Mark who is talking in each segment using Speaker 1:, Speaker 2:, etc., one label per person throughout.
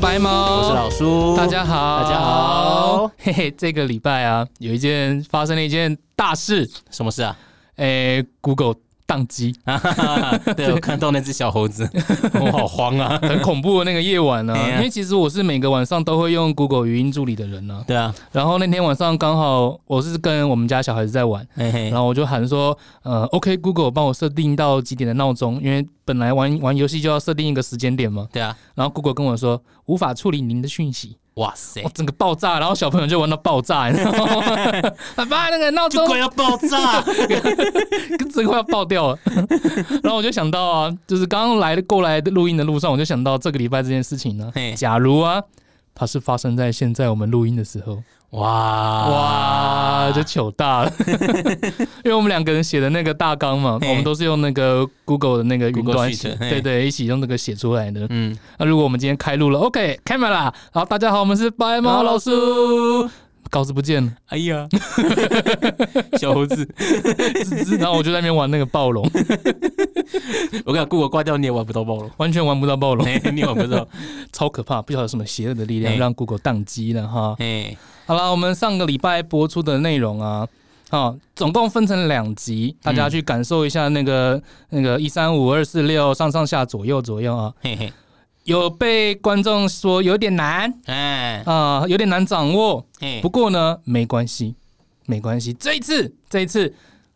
Speaker 1: 白猫，
Speaker 2: 我是老叔，
Speaker 1: 大家好，
Speaker 2: 大家好，
Speaker 1: 嘿嘿，这个礼拜啊，有一件发生了一件大事，
Speaker 2: 什么 事啊？
Speaker 1: 诶、g o o g l e 宕 机，
Speaker 2: 对，我看到那只小 猴子，我好慌啊！
Speaker 1: 很恐怖的那个夜晚呢、
Speaker 2: 哎呀
Speaker 1: 因为其实我是每个晚上都会用 Google 语音助理的人呢、
Speaker 2: 对啊，
Speaker 1: 然后那天晚上刚好我是跟我们家小孩子在玩，
Speaker 2: 嘿嘿
Speaker 1: 然，后我就喊说，呃，OK Google 帮我设定到几点的闹钟，因为本来玩玩游戏就要设定一个时间点嘛。
Speaker 2: 对啊，
Speaker 1: 然后 Google 跟我说无法处理您的讯息，
Speaker 2: 哇塞
Speaker 1: 我、，整个爆炸，然后小朋友就玩到爆炸，你知道 吗？爸爸那个闹
Speaker 2: 就
Speaker 1: 钟
Speaker 2: 快要爆炸！
Speaker 1: 这个快要爆掉了。 然后我就想到啊，就是刚刚来的过来的录音的路上，我就想到这个礼拜这件事情呢、
Speaker 2: 嘿
Speaker 1: 假如啊，它是发生在现在我们录音的时候，
Speaker 2: 哇
Speaker 1: 哇，就糗大 了。因为我们两个人写的那个大纲嘛，
Speaker 2: 嘿
Speaker 1: 我们都是用那个 Google 的那个云
Speaker 2: Google
Speaker 1: 端
Speaker 2: Sheet，
Speaker 1: 写，
Speaker 2: 嘿
Speaker 1: 对对，一起用那个写出来的。
Speaker 2: 嗯，
Speaker 1: 那如果我们今天开录了，OK camera，好，大家好，我们是白毛老叔。稿子不见了，
Speaker 2: 哎呀， 小猴子，
Speaker 1: 吱吱然后我就在那边玩那个暴龙，
Speaker 2: 我敢 Google 挂掉你也玩不到 暴龙，
Speaker 1: 完全玩不到暴龙。
Speaker 2: 嘿你也玩不到，
Speaker 1: 超可怕，不晓得什么邪恶的力量
Speaker 2: 哎
Speaker 1: 让 Google 宕机了哈。
Speaker 2: 嘿，
Speaker 1: 好了，我们上个礼拜播出的内容啊，哦，总共分成两集，大
Speaker 2: 嗯
Speaker 1: 家去感受一下那个、那个一三五二四六上上下左右左右啊。
Speaker 2: 嘿嘿，
Speaker 1: 有被观众说有点难
Speaker 2: 哎，
Speaker 1: 啊、有点难掌握，
Speaker 2: 嘿
Speaker 1: 不，过呢，没关系，没关系。这一次，这一次。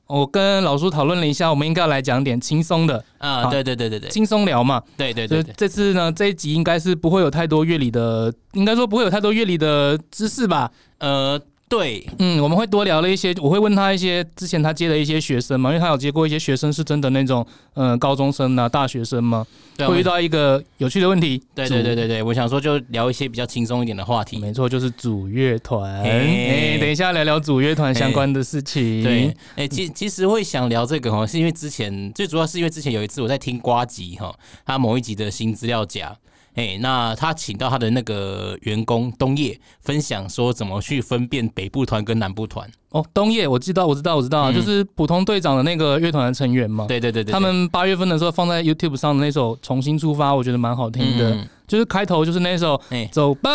Speaker 1: 我跟老叔讨论了一下，我们应该要来讲点轻松的，
Speaker 2: 啊，对对对对对
Speaker 1: 轻松聊嘛。
Speaker 2: 对对
Speaker 1: 所
Speaker 2: 对
Speaker 1: 以
Speaker 2: 对，
Speaker 1: 这次呢，这一集应该是不会有太多乐理的，应该说不会有太多乐理的知识吧。
Speaker 2: 呃，对，
Speaker 1: 嗯，我们会多聊了一些，我会问他一些之前他接的一些学生嘛，因为他有接过一些学生是真的那种，呃，高中生啊、大学生嘛，
Speaker 2: 对
Speaker 1: 会遇到一个有趣的问题。
Speaker 2: 对对对
Speaker 1: 组
Speaker 2: 对对，我想说就聊一些比较轻松一点的话题。
Speaker 1: 没错，就是组乐团。
Speaker 2: 嘿
Speaker 1: 哎，等一下聊聊组乐团相关的事情。
Speaker 2: 对，哎、其其实会想聊这个哈，是因为之前最主要是因为之前有一次我在听瓜吉哈，他某一集的新资料夹，哎、那他请到他的那个员工东野分享说怎么去分辨北部团跟南部团。
Speaker 1: 哦，冬叶，我知道，我知道，我知道，
Speaker 2: 嗯
Speaker 1: 就是普通队长的那个乐团的成员嘛。
Speaker 2: 对对对对，
Speaker 1: 他们八月份的时候放在 YouTube 上的那首《重新出发》，我觉得蛮好听的。
Speaker 2: 嗯
Speaker 1: 就是开头就是那首
Speaker 2: 哎
Speaker 1: 《走吧，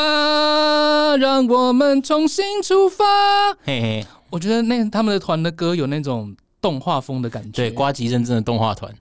Speaker 1: 让我们重新出发》。
Speaker 2: 嘿嘿，
Speaker 1: 我觉得那他们的团的歌有那种动画风的感觉。
Speaker 2: 对，瓜吉认真的动画团。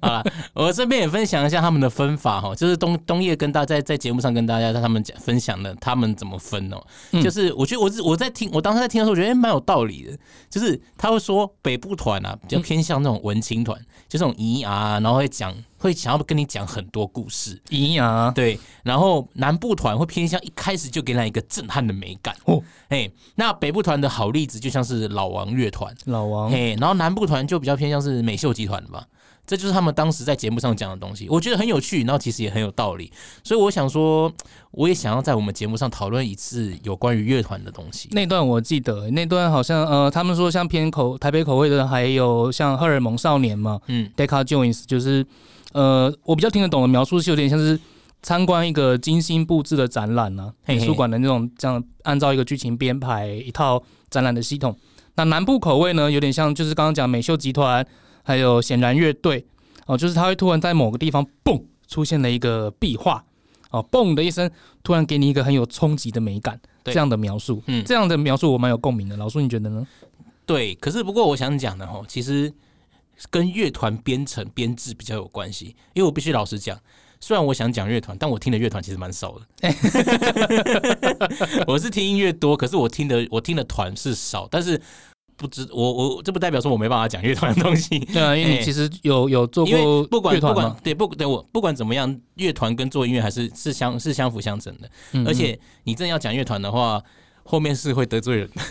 Speaker 2: 好了，我这边也分享一下他们的分法哈，就是东东叶跟大家在在节目上跟大家在他们讲分享的他们怎么分哦、
Speaker 1: 嗯
Speaker 2: 就是我觉得我是我在听，我当时在听的时候，我觉得哎蛮、有道理的。就是他会说北部团啊，比较偏向那种文青团，就这种咿啊，然后会讲会想要跟你讲很多故事。
Speaker 1: 咿呀，
Speaker 2: 对，然后南部团会偏向一开始就给人一个震撼的美感
Speaker 1: 哦
Speaker 2: 哦，哎、那北部团的好例子就像是老王乐团，
Speaker 1: 老王，
Speaker 2: 嘿，然后南部团就比较偏向是美秀集团吧，这就是他们当时在节目上讲的东西，我觉得很有趣，然后其实也很有道理，所以我想说，我也想要在我们节目上讨论一次有关于乐团的东西。
Speaker 1: 那段我记得，那段好像呃，他们说像偏口台北口味的，还有像荷尔蒙少年嘛
Speaker 2: 嗯，
Speaker 1: ，Deca Jones，就是呃，我比较听得懂的描述是有点像是。参观一个精心布置的展览啊，
Speaker 2: 嘿
Speaker 1: 美
Speaker 2: 嘿
Speaker 1: 术馆的那种这样按照一个剧情编排一套展览的系统。那南部口味呢，有点像就是刚刚讲美秀集团，还有显然乐队哦，就是它会突然在某个地方蹦出现了一个壁画哦，蹦的一声，突然给你一个很有冲击的美感，这
Speaker 2: 对
Speaker 1: 样的描述，
Speaker 2: 嗯
Speaker 1: 这样的描述我蛮有共鸣的。老叔你觉得呢？
Speaker 2: 对。可是不过我想讲的吼，其实跟乐团编程编制比较有关系，因为我必须老实讲。虽然我想讲乐团，但我听的乐团其实蛮少的。 我是听音乐多，可是我听的我听的团是少，但是不知我我这不代表说我没办法讲乐团的东西。
Speaker 1: 对啊，因为你
Speaker 2: 哎
Speaker 1: 其实有有做
Speaker 2: 因
Speaker 1: 过
Speaker 2: 为不管
Speaker 1: 乐
Speaker 2: 不
Speaker 1: 团
Speaker 2: 管
Speaker 1: 嘛，
Speaker 2: 对不对我不管怎么样，乐团跟做音乐还是是相是相辅相成的。
Speaker 1: 嗯
Speaker 2: 而且你真的要讲乐团的话，后面是会得罪人。
Speaker 1: 嗯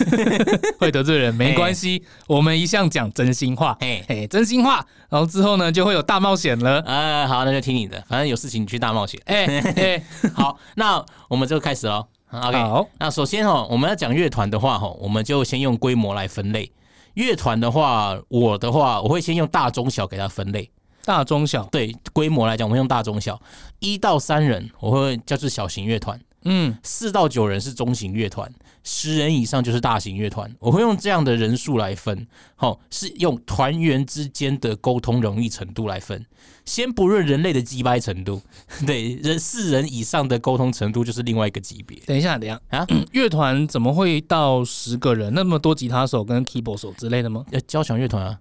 Speaker 1: 会得罪人没关系，我们一向讲真心话，
Speaker 2: 哎
Speaker 1: 哎，真心话，然后之后呢就会有大冒险了，。
Speaker 2: 啊，好，那就听你的，反正有事情你去大冒险
Speaker 1: 哎哎，
Speaker 2: 好，那我们就开始喽。OK，
Speaker 1: 好，
Speaker 2: 那首先哦，我们要讲乐团的话哦，我们就先用规模来分类。乐团的话，我的话，我会先用大中小给它分类。
Speaker 1: 大中小，
Speaker 2: 对规模来讲，我们用大中小，一到三人，我会叫做小型乐团。
Speaker 1: 嗯，
Speaker 2: 四到九人是中型乐团，十人以上就是大型乐团。我会用这样的人数来分，好、是用团员之间的沟通容易程度来分。先不论人类的鸡掰程度， 对人四人以上的沟通程度就是另外一个级别。
Speaker 1: 等一下，等一下
Speaker 2: 啊
Speaker 1: 啊， 乐团怎么会到十个人？那么多吉他手跟 keyboard 手之类的吗？
Speaker 2: 呃，交响乐团啊，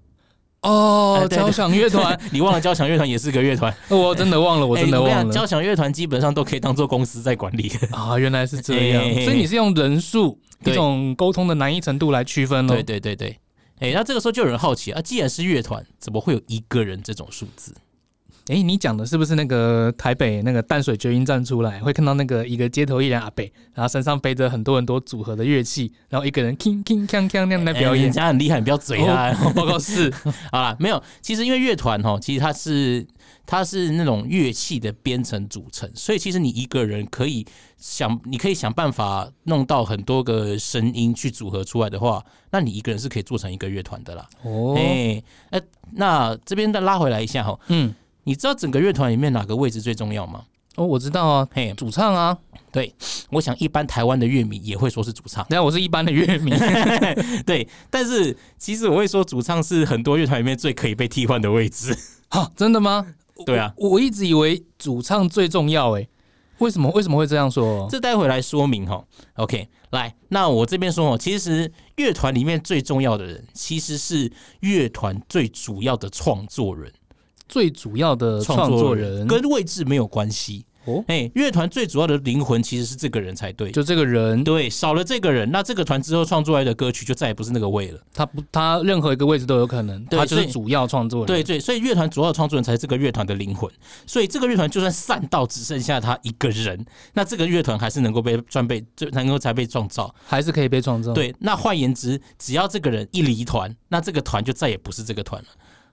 Speaker 1: 哦
Speaker 2: 哎，对对
Speaker 1: 交响乐团，
Speaker 2: 你忘了交响乐团也是个乐团，
Speaker 1: 我真的 忘了，我真的
Speaker 2: 哎跟你
Speaker 1: 忘
Speaker 2: 讲
Speaker 1: 了
Speaker 2: 交响乐团基本上都可以当做公司在管 理。
Speaker 1: 啊，原来是这样
Speaker 2: 哎哎哎，
Speaker 1: 所以你是用人数
Speaker 2: 对
Speaker 1: 一种沟通的难易程度来区分喽哦
Speaker 2: 对。对对对，哎、那这个时候就有人好奇啊，既然是乐团，怎么会有一个人这种数字？
Speaker 1: 哎、你讲的是不是那个台北那个淡水绝音站出来，会看到那个一个街头艺人阿北，然后身上背着很多很多组合的乐器，然后一个人 king king king king 那样在表
Speaker 2: 哎人
Speaker 1: 演？
Speaker 2: 家很厉害，你不要嘴啊啦。
Speaker 1: 哦报告 是，
Speaker 2: 好啦，没有，其实因为乐团哦，其实它是它是那种乐器的编程组成，所以其实你一个人可以想，你可以想办法弄到很多个声音去组合出来的话，那你一个人是可以做成一个乐团的啦。
Speaker 1: 哦，
Speaker 2: 哎、呃，那这边再拉回来一下哈，
Speaker 1: 嗯，
Speaker 2: 你知道整个乐团里面哪个位置最重要吗？
Speaker 1: 哦，我知道啊，
Speaker 2: 嘿，
Speaker 1: 主唱啊，
Speaker 2: 我想一般台湾的乐迷也会说是主唱，
Speaker 1: 等一下我是一般的乐迷，
Speaker 2: 对，但是其实我会说主唱是很多乐团里面最可以被替换的位置。
Speaker 1: 哈，真的吗？
Speaker 2: 对啊
Speaker 1: 我，我一直以为主唱最重要、诶，为什么为什么会这样说？
Speaker 2: 哦这待会来说明哈。OK，来，那我这边说哦，其实乐团里面最重要的人，其实是乐团最主要的创作人，
Speaker 1: 最主要的创作人
Speaker 2: 跟位置没有关系。
Speaker 1: 哦，
Speaker 2: 哎，乐团最主要的灵魂其实是这个人才对。
Speaker 1: 就这个人，
Speaker 2: 对，少了这个人，那这个团之后创作出来的歌曲就再也不是那个味了。
Speaker 1: 他不，他任何一个位置都有可能，
Speaker 2: 对
Speaker 1: 他就
Speaker 2: 所
Speaker 1: 是
Speaker 2: 以
Speaker 1: 主要创作人。
Speaker 2: 对对，所以乐团主要的创作人才是这个乐团的灵魂。所以这个乐团就算散到只剩下他一个人，那这个乐团还是能够被赚被，就能够才被创造。
Speaker 1: 还是可以被创造。，
Speaker 2: 对，那换言之，只要这个人一离团，那这个团就再也不是这个团了。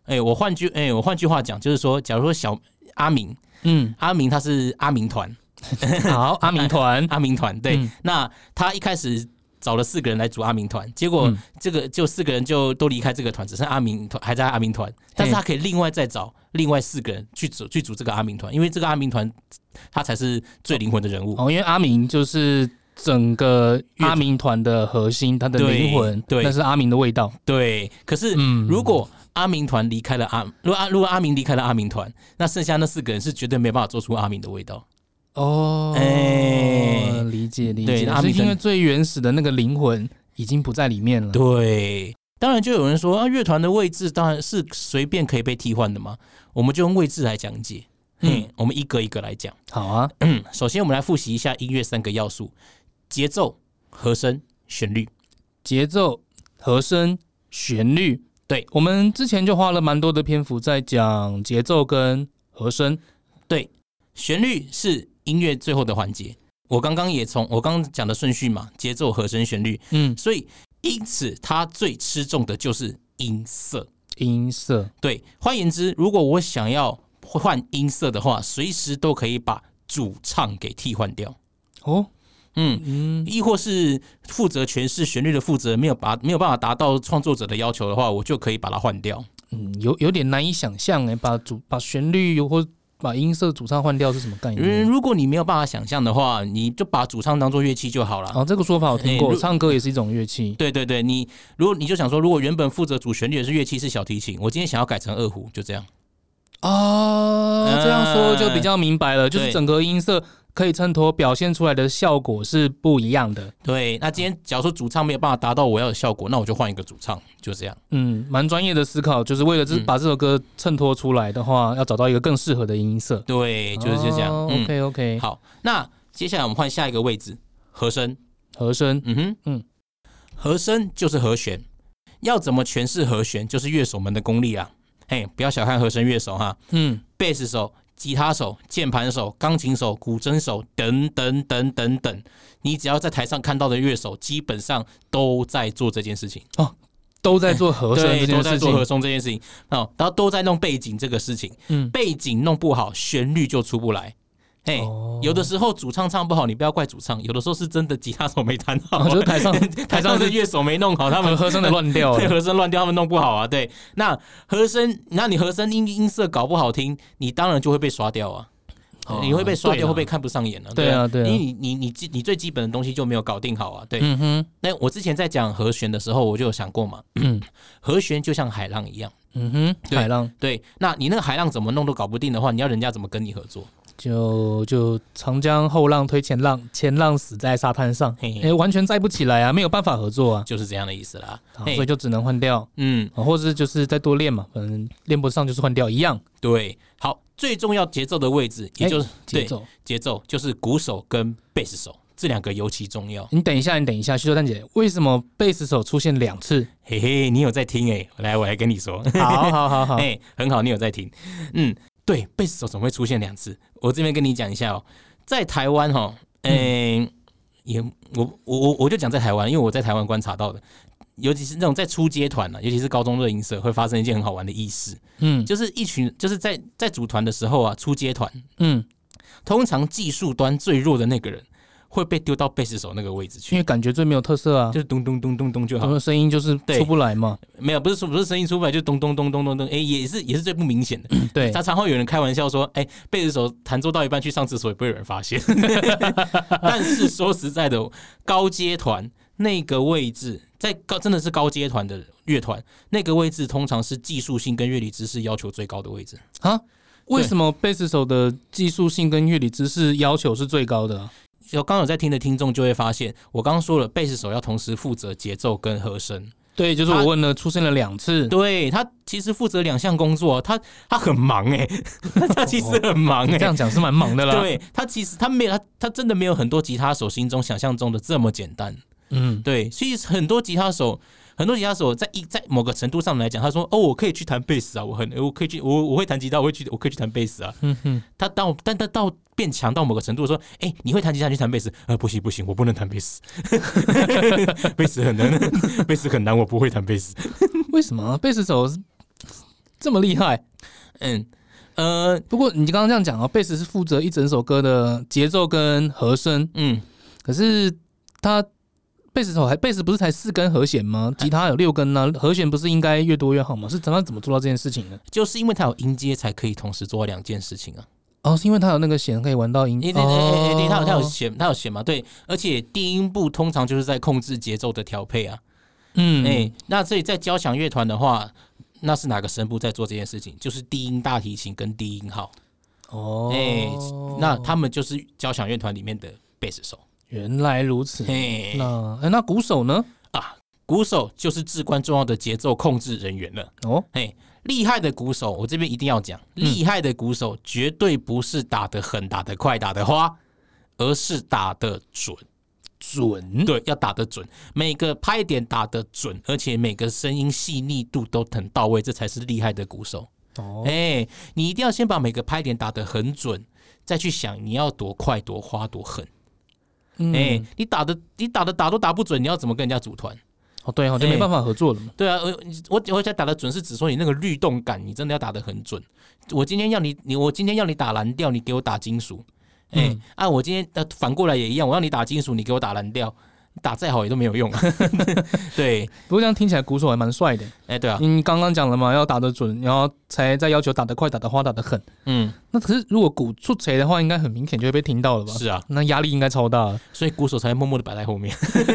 Speaker 2: 哎，我换句哎，我换句话讲，就是说，假如说小阿明，
Speaker 1: 嗯，
Speaker 2: 阿明他是阿明团，
Speaker 1: 好，阿明团，
Speaker 2: 阿明团对，
Speaker 1: 嗯
Speaker 2: 那他一开始。找了四个人来组阿明团，结果
Speaker 1: 嗯
Speaker 2: 这个就四个人就都离开这个团，只剩阿明团还在阿明团。但是他可以另外再找另外四个人去组去组这个阿明团，因为这个阿明团他才是最灵魂的人物。
Speaker 1: 哦，因为阿明就是整个
Speaker 2: 团
Speaker 1: 阿明团的核心，他的灵魂，
Speaker 2: 对对
Speaker 1: 那是阿明的味道。
Speaker 2: 对，可是
Speaker 1: 嗯
Speaker 2: 如果阿明团离开了阿，如果阿如果阿明离开了阿明团，那剩下那四个人是绝对没办法做出阿明的味道。
Speaker 1: 哦，
Speaker 2: 哎
Speaker 1: 理解理
Speaker 2: 对
Speaker 1: 解，
Speaker 2: 阿
Speaker 1: 是
Speaker 2: 明团
Speaker 1: 因为最原始的那个灵魂已经不在里面了。
Speaker 2: 对，当然就有人说啊，乐团的位置当然是随便可以被替换的嘛。我们就用位置来讲解，
Speaker 1: 嗯
Speaker 2: 嗯，我们一个一个来讲。
Speaker 1: 好啊，
Speaker 2: 首先，我们来复习一下音乐三个要素：节奏、和声、旋律。
Speaker 1: 节奏、和声、旋律。
Speaker 2: 对
Speaker 1: 我们之前就花了蛮多的篇幅在讲节奏跟和声。
Speaker 2: 旋律是音乐最后的环节。我刚刚也从我刚刚讲的顺序嘛，节奏、和声、旋律，
Speaker 1: 嗯，
Speaker 2: 所以因此它最吃重的就是音色。
Speaker 1: 音色
Speaker 2: 对，换言之，如果我想要换音色的话，随时都可以把主唱给替换掉。
Speaker 1: 哦，
Speaker 2: 嗯，
Speaker 1: 嗯，
Speaker 2: 亦或是负责诠释旋律的负责没有把没有办法达到创作者的要求的话，我就可以把它换掉。
Speaker 1: 嗯，有有点难以想象哎，把主把旋律又或把音色主唱换掉是什么概
Speaker 2: 因为
Speaker 1: 念？
Speaker 2: 如果你没有办法想象的话，你就把主唱当做乐器就好了。
Speaker 1: 哦，这个说法我听
Speaker 2: 哎
Speaker 1: 过，
Speaker 2: 如
Speaker 1: 唱歌也是一种乐器。
Speaker 2: 对对对，你如果你就想说，如果原本负责主旋律的是乐器是小提琴，我今天想要改成二胡，就这样。
Speaker 1: 哦，这样说就比较明白了，就是
Speaker 2: 啊对
Speaker 1: 整个音色可以衬托表现出来的效果是不一样的。
Speaker 2: 对，那今天假如说主唱没有办法达到我要的效果，那我就换一个主唱，就这样。
Speaker 1: 嗯，蛮专业的思考，就是为了这
Speaker 2: 嗯
Speaker 1: 把这首歌衬托出来的话，要找到一个更适合的音色，
Speaker 2: 对，就是就这样。
Speaker 1: 哦
Speaker 2: 嗯，
Speaker 1: OK OK，
Speaker 2: 好，那接下来我们换下一个位置，和声。
Speaker 1: 和声
Speaker 2: 嗯哼，嗯
Speaker 1: 嗯，
Speaker 2: 和声就是和弦，要怎么诠释和弦，就是乐手们的功力啊。哎，不要小看和声乐手哈，
Speaker 1: 嗯，
Speaker 2: 贝斯手、吉他手、键盘手、钢琴手、古筝手等等等等等，你只要在台上看到的乐手，基本上都在做这件事情，
Speaker 1: 都在做和声
Speaker 2: 对，
Speaker 1: 这
Speaker 2: 都
Speaker 1: 件
Speaker 2: 在
Speaker 1: 事
Speaker 2: 做和
Speaker 1: 情，
Speaker 2: 声这件事情哦，然后都在弄背景这个事情，
Speaker 1: 嗯，
Speaker 2: 背景弄不好，旋律就出不来。哎、
Speaker 1: 哦
Speaker 2: 有的时候主唱唱不好，你不要怪主唱，有的时候是真的吉他手没弹好、
Speaker 1: 我觉得哦台上
Speaker 2: 台
Speaker 1: 台
Speaker 2: 上
Speaker 1: 上
Speaker 2: 的
Speaker 1: 是
Speaker 2: 乐手没弄 好，他们
Speaker 1: 和和声的乱掉
Speaker 2: 对
Speaker 1: 了，
Speaker 2: 和声乱掉，他们弄不好啊。对，那和声，那你和声音音色搞不好听，你当然就会被刷掉啊。呃你会被刷
Speaker 3: 对
Speaker 2: 掉，
Speaker 3: 啦
Speaker 2: 会被看不上眼了、
Speaker 1: 哦对啊对啊
Speaker 2: 因为你你你基你最基本的东西就没有搞定好啊。对，
Speaker 1: 嗯哼，
Speaker 2: 那我之前在讲和弦的时候，我就有想过嘛，
Speaker 1: 嗯
Speaker 2: 和弦就像海浪一样，
Speaker 1: 嗯哼，
Speaker 2: 对
Speaker 1: 海浪
Speaker 2: 对，那你那个海浪怎么弄都搞不定的话，你要人家怎么跟你合作？
Speaker 1: 就就长江后浪推前浪，前浪死在沙滩上，
Speaker 2: 嘿
Speaker 1: 哎、
Speaker 2: 嘿，
Speaker 1: 完全载不起来啊，没有办法合作啊，
Speaker 2: 就是这样的意思啦。
Speaker 1: 啊
Speaker 2: 嘿
Speaker 1: 所以就只能换掉，
Speaker 2: 嗯，
Speaker 1: 啊，或者是就是再多练嘛，反正练不上就是换掉一样
Speaker 2: 对，好，最重要节奏的位置，也就是、
Speaker 1: 节
Speaker 2: 对
Speaker 1: 奏。
Speaker 2: 节奏，就是鼓手跟贝斯手这两个尤其重要。
Speaker 1: 你等一下，你等一下，徐秀丹姐，为什么贝斯手出现两 次？
Speaker 2: 嘿嘿，你有在听哎、来，我来跟你 说，
Speaker 1: 好好好好
Speaker 2: 哎、，很好，你有在听，嗯，对，贝斯手怎么会出现两次？我这边跟你讲一下哦，在台湾哦，哎、也我我我我就讲在台湾，因为我在台湾观察到的，尤其是那种在出街团啊呢、尤其是高中热音社，会发生一件很好玩的意事，
Speaker 1: 嗯
Speaker 2: 就是一群就是在在组团的时候啊，出街团，
Speaker 1: 嗯，
Speaker 2: 通常技术端最弱的那个人会被丢到贝斯手那个位置
Speaker 1: 因
Speaker 2: 去，
Speaker 1: 为感觉最没有特色啊
Speaker 2: 就，是咚咚咚咚咚就好
Speaker 1: 什，么声音就是
Speaker 2: 对
Speaker 1: 出不来嘛，
Speaker 2: 没有不是说不是声音出不来，就咚咚咚咚咚咚，哎、也是也是最不明显的。
Speaker 1: 嗯对，
Speaker 2: 常常会有人开玩笑说：“哎、贝斯手弹奏到一半去上厕所也不会有人发现。”但是说实在的，高阶团那个位置，在高真的是高阶团的乐团，那个位置通常是技术性跟乐理知识要求最高的位置。
Speaker 1: 啊，为什么贝斯手的技术性跟乐理知识要求是最高的啊、
Speaker 2: 有刚有在听的听众就会发现，我刚刚说了，贝斯手要同时负责节奏跟和声，
Speaker 1: 对，就是
Speaker 2: 他
Speaker 1: 我问了，出现了两次。
Speaker 2: 对他其实负责两项工作，他他很忙哎、他其实很忙哎、
Speaker 1: 哦这样讲是蛮忙的啦。，
Speaker 2: 对他其实他没有他他真的没有很多吉他手心中想象中的这么简单。
Speaker 1: 嗯，
Speaker 2: 对，所以很多吉他手，很多吉他手在一在某个程度上来讲，他说：“哦，我可以去弹贝斯啊，我很我可以去我我会弹吉他，我会去我可以去弹贝斯啊。”
Speaker 1: 嗯哼，
Speaker 2: 他到但他到变强到某个程度说：“哎、你会弹吉他你去弹贝斯？呃，不行不行，我不能弹贝斯， 贝斯很难， 贝斯很难，我不会弹贝斯。”
Speaker 1: 为什么啊贝斯手是这么厉害？
Speaker 2: 嗯呃
Speaker 1: 不过你刚刚这样讲啊，贝斯是负责一整首歌的节奏跟和声，
Speaker 2: 嗯，
Speaker 1: 可是他贝斯手还贝斯不是才四根和弦吗？吉他有六根呢、和弦不是应该越多越好吗？是怎么怎么做到这件事情呢？
Speaker 2: 就是因为他有音阶，才可以同时做两件事情啊。
Speaker 1: 哦，是因为他有那个弦可以玩到音，
Speaker 2: 对对对对对，他有他有
Speaker 1: 哦
Speaker 2: 弦，他有弦嘛？对，而且低音部通常就是在控制节奏的调配啊。
Speaker 1: 嗯，
Speaker 2: 哎、那所以在交响乐团的话，那是哪个声部在做这件事情？就是低音大提琴跟低音号。
Speaker 1: 哦，
Speaker 2: 哎、那他们就是交响乐团里面的贝斯手。
Speaker 1: 原来如此。
Speaker 2: 嘿、
Speaker 1: 那哎，那鼓手呢？
Speaker 2: 啊，鼓手就是至关重要的节奏控制人员了。
Speaker 1: 哦，
Speaker 2: 厉害的鼓手，我这边一定要讲，
Speaker 1: 嗯
Speaker 2: 厉害的鼓手绝对不是打得狠、打得快、打得花，而是打得准。
Speaker 1: 准，
Speaker 2: 对，要打得准，每个拍点打得准，而且每个声音细腻度都很到位，这才是厉害的鼓手。
Speaker 1: 哦
Speaker 2: 哎、，你一定要先把每个拍点打得很准，再去想你要多快、多花、多狠。
Speaker 1: 嗯
Speaker 2: 哎、你打的你打的打都打不准，你要怎么跟人家组团？
Speaker 1: 哦，对哦，就
Speaker 2: 哎
Speaker 1: 没办法合作了嘛。
Speaker 2: 对啊，我我我讲打得准是指说你那个律动感，你真的要打得很准。我今天要你你我今天要你打蓝调，你给我打金属。哎、
Speaker 1: 嗯
Speaker 2: 啊，我今天呃反过来也一样，我要你打金属，你给我打蓝调，你打再好也都没有用、啊。 对，
Speaker 1: 不过这样听起来鼓手还蛮帅的。
Speaker 2: 哎、对啊，
Speaker 1: 你刚刚讲了嘛，要打得准，然后才再要求打得快、打得花、打得狠。
Speaker 2: 嗯，
Speaker 1: 那可是如果鼓出锤的话，应该很明显就会被听到了吧？
Speaker 2: 是啊，
Speaker 1: 那压力应该超大了，
Speaker 2: 所以鼓手才会默默的摆在后面，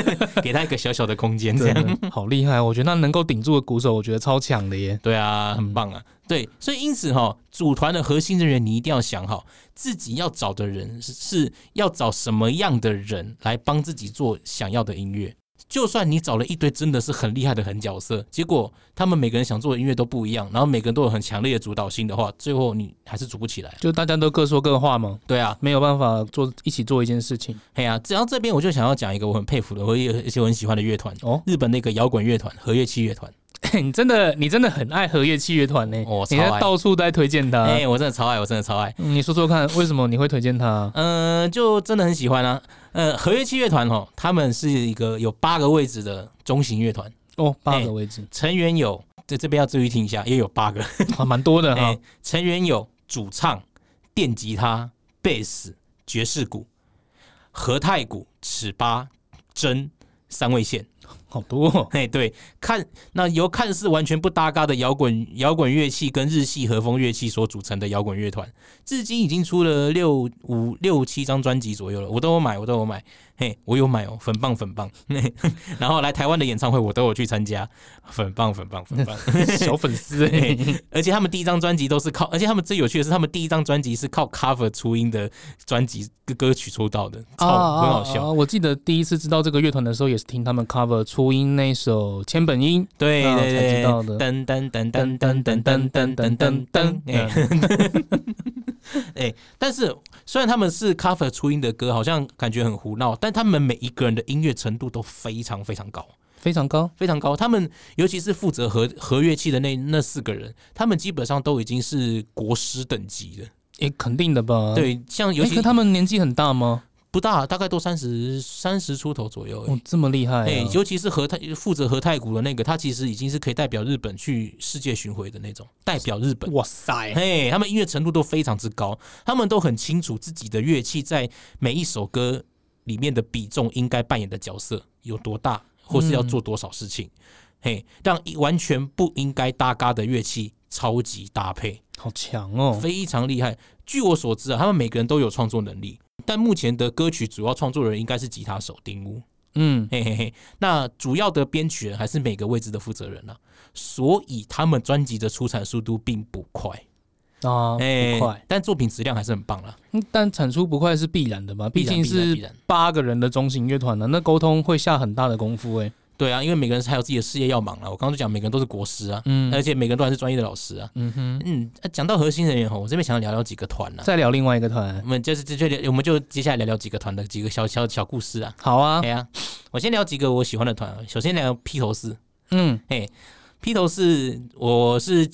Speaker 2: 给他一个小小的空间，这
Speaker 1: 真
Speaker 2: 样。
Speaker 1: 的好厉害！啊我觉得那能够顶住的鼓手，我觉得超强的耶。
Speaker 2: 对啊，很棒啊！对，所以因此哈、组团的核心人员你一定要想好，自己要找的人是是要找什么样的人来帮自己做想要的音乐。就算你找了一堆真的是很厉害的狠角色，结果他们每个人想做的音乐都不一样，然后每个人都有很强烈的主导性的话，最后你还是组不起来。
Speaker 1: 就大家都各说各话嘛，
Speaker 2: 对啊，
Speaker 1: 没有办法做一起做一件事 情。
Speaker 2: 哎呀、只要这边我就想要讲一个我很佩服的，我也而且我很喜欢的乐团
Speaker 1: 哦
Speaker 2: 日本那个摇滚乐团和乐器乐团。
Speaker 1: 你真的，你真的很爱荷叶器乐团呢，
Speaker 2: 哦我超
Speaker 1: 你
Speaker 2: 爱
Speaker 1: 在到处都在推荐他。
Speaker 2: 哎、我真的超爱，我真的超爱。
Speaker 1: 嗯你说说看，为什么你会推荐他？
Speaker 2: 嗯、就真的很喜欢啊。呃，合约器乐团哦，他们是一个有八个位置的中型乐团，
Speaker 1: 哦，八
Speaker 2: 哎
Speaker 1: 个位置，
Speaker 2: 成员有在这边要注意听一下，也有八个。
Speaker 1: 还蛮多的
Speaker 2: 哎、
Speaker 1: 哈。
Speaker 2: 成员有主唱、电吉他、贝斯、爵士鼓、和太鼓、尺八、针三位线。
Speaker 1: 好多、哦。
Speaker 2: 嘿，对，看那由看似完全不搭嘎的摇滚摇滚乐器跟日系和风乐器所组成的摇滚乐团，至今已经出了六五六七张专辑左右了，我都有买，我都有买，嘿，我有买哦，粉棒粉棒，嘿 然后来台湾的演唱会我都有去参加，粉棒粉棒粉棒，
Speaker 1: 小粉 丝、
Speaker 2: 嘿
Speaker 1: 欸，
Speaker 2: 而且他们第一张专辑都是靠，而且他们最有趣的是，他们第一张专辑是靠 cover 初音的专辑歌歌曲出道
Speaker 1: 哦
Speaker 2: 的，超、很好笑。
Speaker 1: 我记得第一次知道这个乐团的时候，也是听他们 cover 初音那首《千本樱》。
Speaker 2: 对
Speaker 1: 那
Speaker 2: 对
Speaker 1: 才
Speaker 2: 对，
Speaker 1: 知道的
Speaker 2: 噔噔噔噔噔噔噔噔噔噔噔，哎哎，但是虽然他们是 cover 初音的歌，好像感觉很胡闹，但他们每一个人的音乐程度都非常非常高。
Speaker 1: 非常高。
Speaker 2: 非常高。他们尤其是负责和和乐器的那那四个人，他们基本上都已经是国师等级了。
Speaker 1: 也肯定的吧？诶，
Speaker 2: 对，像尤
Speaker 1: 可
Speaker 2: 其
Speaker 1: 是他们年纪很大吗？
Speaker 2: 不大，大概都三十三十出头左右而已。
Speaker 1: 哦，这么厉害、啊！
Speaker 2: 哎、尤其是和泰负责和泰国的那个，他其实已经是可以代表日本去世界巡回的那种，代表日本。
Speaker 1: 哇塞，
Speaker 2: 嘿，他们音乐程度都非常之高，他们都很清楚自己的乐器在每一首歌里面的比重应该扮演的角色有多大，或是要做多少事情。嘿，让一完全不应该搭嘎的乐器超级搭配，
Speaker 1: 好强哦！
Speaker 2: 非常厉害。据我所知啊，他们每个人都有创作能力，但目前的歌曲主要创作人应该是吉他手丁屋。
Speaker 1: 嗯，
Speaker 2: 嘿嘿嘿，那主要的编曲人还是每个位置的负责人啊，所以他们专辑的出产速度并不快，
Speaker 1: 啊，
Speaker 2: 哎
Speaker 1: 不快，
Speaker 2: 但作品质量还是很棒啦。
Speaker 1: 嗯但产出不快是必然的吧？
Speaker 2: 必
Speaker 1: 毕
Speaker 2: 然
Speaker 1: 竟
Speaker 2: 必然必
Speaker 1: 是
Speaker 2: 然
Speaker 1: 八个人的中型乐团呢，那沟通会下很大的功夫哎、
Speaker 2: 对啊，因为每个人还有自己的事业要忙啊。我刚刚就讲，每个人都是国师啊，
Speaker 1: 嗯
Speaker 2: 而且每个人都还是专业的老师啊。
Speaker 1: 嗯哼，
Speaker 2: 嗯，啊讲到核心人员吼，我这边想要聊聊几个团啊。
Speaker 1: 再聊另外一个团
Speaker 2: 我，们就是就就我们就接下来聊聊几个团的几个小小小故事啊。
Speaker 1: 好啊
Speaker 2: 哎，呀、我先聊几个我喜欢的团啊。首先聊披头士，
Speaker 1: 嗯，
Speaker 2: 披头士，我是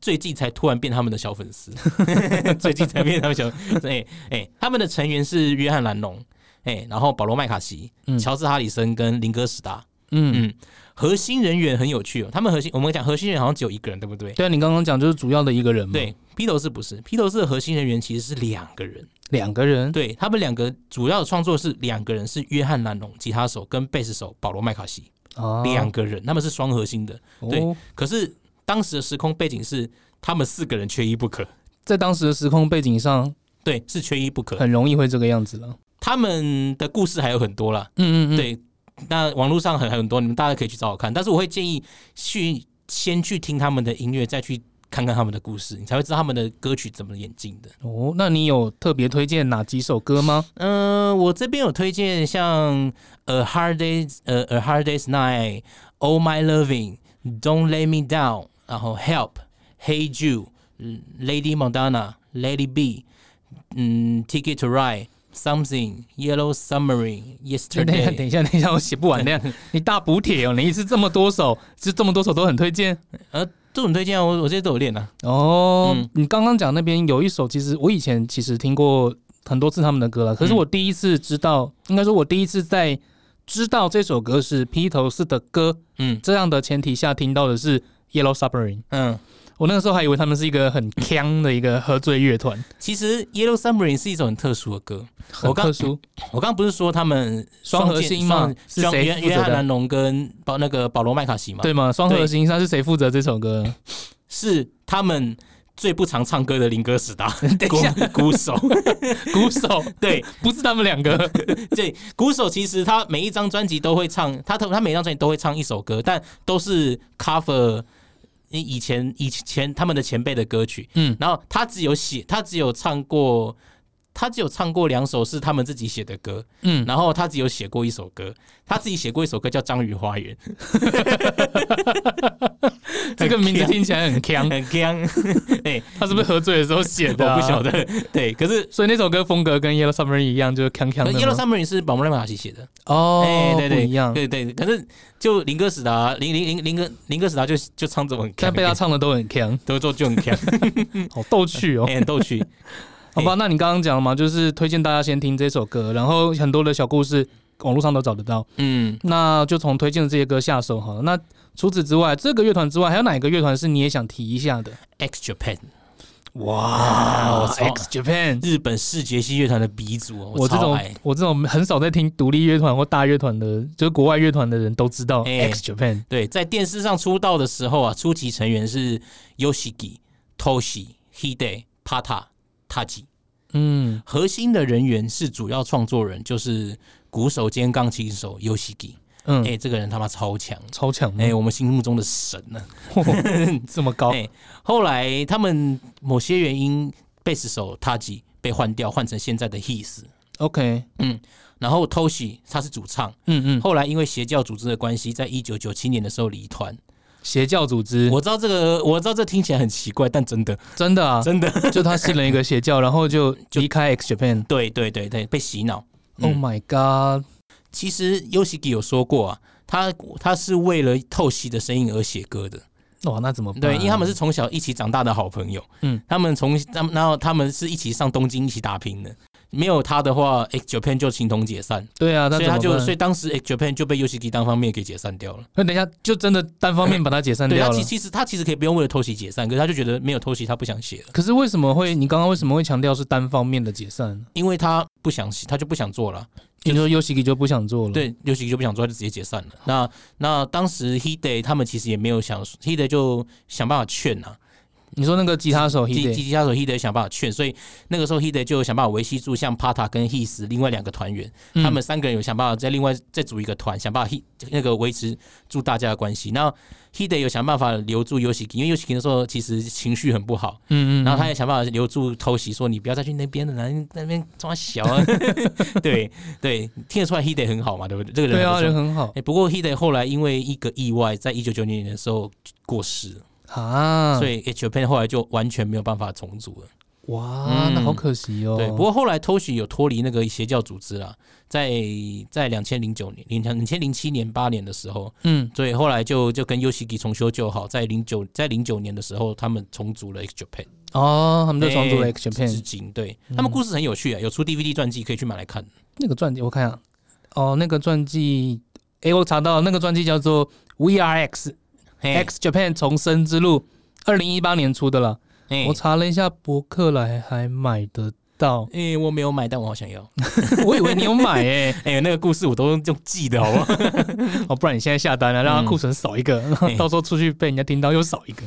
Speaker 2: 最近才突然变他们的小粉丝， 最近才变他们小，哎、哎、他们的成员是约翰·兰农，哎、然后保罗·麦卡锡、
Speaker 1: 嗯
Speaker 2: 乔治·哈里森跟林哥·史达，
Speaker 1: 嗯。
Speaker 2: 嗯核心人员很有趣哦。他们核心，我们讲核心人员好像只有一个人，对不对？
Speaker 1: 对啊，你刚刚讲就是主要的一个人嘛，，
Speaker 2: 对，披头士不是，披头士的核心人员其实是两个人，
Speaker 1: 两个人，
Speaker 2: 对他们两个主要的创作是两个人，是约翰·兰农吉他手跟贝斯手保罗·麦卡锡
Speaker 1: 啊，
Speaker 2: 两个人，他们是双核心的。对
Speaker 1: 哦，
Speaker 2: 可是当时的时空背景是他们四个人缺一不可，
Speaker 1: 在当时的时空背景上，
Speaker 2: 对，是缺一不可。
Speaker 1: 很容易会这个样子了。
Speaker 2: 他们的故事还有很多啦，
Speaker 1: 嗯嗯嗯，，
Speaker 2: 对，那网络上很很多，你们大家可以去找我看。但是我会建议去先去听他们的音乐，再去看看他们的故事，你才会知道他们的歌曲怎么演进的。
Speaker 1: 哦，那你有特别推荐哪几首歌 吗？
Speaker 2: 嗯、我这边有推荐像呃《Hard Days》呃《A Hard Days Night》《All My Loving》《Don't Let Me Down》，然后《Help》《Hey Jude》嗯《Lady Madonna》《Lady B》嗯《Ticket to Ride》《Something》《Yellow Submarine》《
Speaker 1: 等一 下，等
Speaker 2: Yesterday》。
Speaker 1: 一下，等一下，我写不完。等一 下，你大补帖哦，你一次这么多首，就这么多首都很推荐
Speaker 2: 呃， 这种推荐啊我我这些都有练啊。
Speaker 1: 哦。
Speaker 2: 嗯
Speaker 1: 你刚刚讲那边有一首，其实我以前其实听过很多次他们的歌了，可是
Speaker 2: 嗯
Speaker 1: 我第一次知道，应该说我第一次在知道这首歌是披头士的歌
Speaker 2: 嗯
Speaker 1: 这样的前提下听到的是 Yellow Submarine。
Speaker 2: 嗯，
Speaker 1: 我那个时候还以为他们是一个很强的一个喝醉乐团，
Speaker 2: 其实《Yellow Submarine》是一首很特殊的歌。
Speaker 1: 很
Speaker 2: 我刚
Speaker 1: 特殊。
Speaker 2: 我刚刚不是说他们
Speaker 1: 双核心嘛
Speaker 2: 双
Speaker 1: 是
Speaker 2: 双
Speaker 1: 谁
Speaker 2: 约
Speaker 1: 负责
Speaker 2: 约
Speaker 1: 的
Speaker 2: 翰·兰农跟保那个保罗·麦卡锡嘛？
Speaker 1: 对吗？双
Speaker 2: 对
Speaker 1: 核心，那是谁负责这首歌？
Speaker 2: 是他们最不常唱歌的林哥 史达，
Speaker 1: 一下
Speaker 2: 鼓鼓手。
Speaker 1: 鼓 手，
Speaker 2: 对，
Speaker 1: 不是他们 两个。
Speaker 2: 对，鼓手其实他每一张专辑都会唱，他他每一张专辑都会唱一首歌，但都是 cover 以前以前他们的前辈的歌曲。
Speaker 1: 嗯，
Speaker 2: 然后他只有写，他只有唱过，他只有唱过两首是他们自己写的歌，
Speaker 1: 嗯，
Speaker 2: 然后他只有写过一首歌，他自己写过一首歌叫《章鱼花园》，
Speaker 1: 这个名字听起来很 强，
Speaker 2: 很僵，对，
Speaker 1: 他是不是喝醉的时候写的、啊
Speaker 2: 我不晓。得，对，可是。
Speaker 1: 所以那首歌风格跟 Yellow Submarine 一样，就是强强的吗。
Speaker 2: 呃 Yellow Submarine 是宝木奈马西写的，
Speaker 1: 哦，
Speaker 2: 哎、对对，
Speaker 1: 不一样。
Speaker 2: 对对。可是就林哥史达，林林林林哥林哥史啊达就就唱这么很
Speaker 1: 但被他
Speaker 2: 强，
Speaker 1: 唱的都很强，
Speaker 2: 都做就很强，
Speaker 1: 好逗趣 哦
Speaker 2: 哎、。很逗趣。
Speaker 1: 好吧，那你刚刚讲了嘛，就是推荐大家先听这首歌，然后很多的小故事网络上都找得到，
Speaker 2: 嗯，
Speaker 1: 那就从推荐的这些歌下手好了。那除此之外，这个乐团之外，还有哪一个乐团是你也想提一下的？
Speaker 2: X Japan，
Speaker 1: 啊
Speaker 2: 哇我超
Speaker 1: ，X Japan，
Speaker 2: 日本世界系乐团的鼻祖哦，
Speaker 1: 我这
Speaker 2: 超
Speaker 1: 种
Speaker 2: 爱
Speaker 1: 我这种很少在听独立乐团或大乐团的，就是国外乐团的人都知道
Speaker 2: 哎
Speaker 1: X Japan。
Speaker 2: 对，在电视上出道的时候啊，初期成员是 Yoshiki、Toshi、Hide、Pata、Taji，
Speaker 1: 嗯，
Speaker 2: 核心的人员是主要创作人，就是鼓手兼钢琴手 Yoshiki。
Speaker 1: 嗯，
Speaker 2: 哎、这个人他妈超强！
Speaker 1: 超强
Speaker 2: 哎、
Speaker 1: 的，
Speaker 2: 我们心目中的神呢、
Speaker 1: 这么高
Speaker 2: 哎后来他们某些原因，贝斯手 Taji 被换掉，换成现在的 His。
Speaker 1: ，OK，
Speaker 2: 然后 Toshi 他是主唱，
Speaker 1: 嗯嗯，
Speaker 2: 后来因为邪教组织的关系，在一九九七年的时候离团。
Speaker 1: 邪教组织，
Speaker 2: 我知道这个，我知道这听起来很奇怪，但真的，
Speaker 1: 真的啊，
Speaker 2: 真的，
Speaker 1: 就他信了一个邪教，然后就
Speaker 2: 就
Speaker 1: 离开 X Japan。
Speaker 2: 对对对对，被洗脑。
Speaker 1: Oh
Speaker 2: 嗯
Speaker 1: my god！
Speaker 2: 其实 Yoshiki 有说过啊，他他是为了透析的声音而写歌的，
Speaker 1: 哇，那怎么办？
Speaker 2: 对，因为他们是从小一起长大的好朋友，
Speaker 1: 啊嗯
Speaker 2: 嗯，他们从他们然后他们是一起上东京一起打拼的，没有他的话，X Japan 就形同解散，
Speaker 1: 对啊，那
Speaker 2: 所以
Speaker 1: 怎么
Speaker 2: 他就
Speaker 1: 办
Speaker 2: 所以当时 X Japan 就被 Yoshiki 单方面给解散掉了。
Speaker 1: 那等一下就真的单方面把它解散
Speaker 2: 对
Speaker 1: 掉
Speaker 2: 他
Speaker 1: 了
Speaker 2: 其。其实他其实可以不用为了偷袭解散，可是他就觉得没有偷袭他不想写了，
Speaker 1: 可是为什么会？你刚刚为什么会强调是单方面的解散？
Speaker 2: 因为他不想写，他就不想做了。
Speaker 1: 你说 Yoshiki 就不想做了？，
Speaker 2: 对，六十就不想做，他就直接解散了。那那当时 Hide 他们其实也没有想，Hide 就想办法劝呐、啊，
Speaker 1: 你说那个吉他手
Speaker 2: 吉
Speaker 1: 哦 Hide，
Speaker 2: 吉他手 Hide 想办法劝，所以那个时候 Hide 就想办法维系住像 Pata 跟 His 另外两个团员，
Speaker 1: 嗯
Speaker 2: 他们三个人有想办法再另外再组一个团，想办法 He 那个维持住大家的关系。那 Hide 有想办法留住 Yoshiki，因为 Yoshiki 那时候其实情绪很不好，
Speaker 1: 嗯嗯，
Speaker 2: 然后他也想办法留住偷袭，说你不要再去那边了，那那边抓 小啊。对对，听得出来 Hide 很好嘛，对不对？这个人
Speaker 1: 对
Speaker 2: 很
Speaker 1: 啊，
Speaker 2: 不错
Speaker 1: 人很好
Speaker 2: 哎、不过 Hide 后来因为一个意外，在一九九零年的时候过世了，
Speaker 1: 啊，
Speaker 2: 所以 H Japan 后来就完全没有办法重组了。
Speaker 1: 哇，那
Speaker 2: 嗯
Speaker 1: 好可惜哦。
Speaker 2: 对，不过后来 Toshi 有脱离那个邪教组织啦，在在两千零九年、零两千零七年、八年的时候，
Speaker 1: 嗯，
Speaker 2: 所以后来就就跟 Yoshiki 重修旧好，在零九在零九年的时候，他们重组了 H Japan，
Speaker 1: 哦，他们就重组了
Speaker 2: 哎
Speaker 1: X
Speaker 2: 至
Speaker 1: Japan 嗯
Speaker 2: 今对他们故事很有趣啊，有出 DVD 传记可以去买来看。
Speaker 1: 那个传记，我看啊，哦，那个传记，诶，我查到那个传记叫做《VRX
Speaker 2: 嘿
Speaker 1: X Japan 重生之路》，二零一八年出的了。
Speaker 2: 嘿，
Speaker 1: 我查了一下，博客来还买得 到
Speaker 2: 哎、我没有买，但我好想 要。
Speaker 1: 我以为你有买诶，
Speaker 2: 哎、那个故事我都用记的，好不好？
Speaker 1: 哦，不然你现在下单了，让他库存少一个，然后
Speaker 2: 哎
Speaker 1: 到时候出去被人家听到又少一个。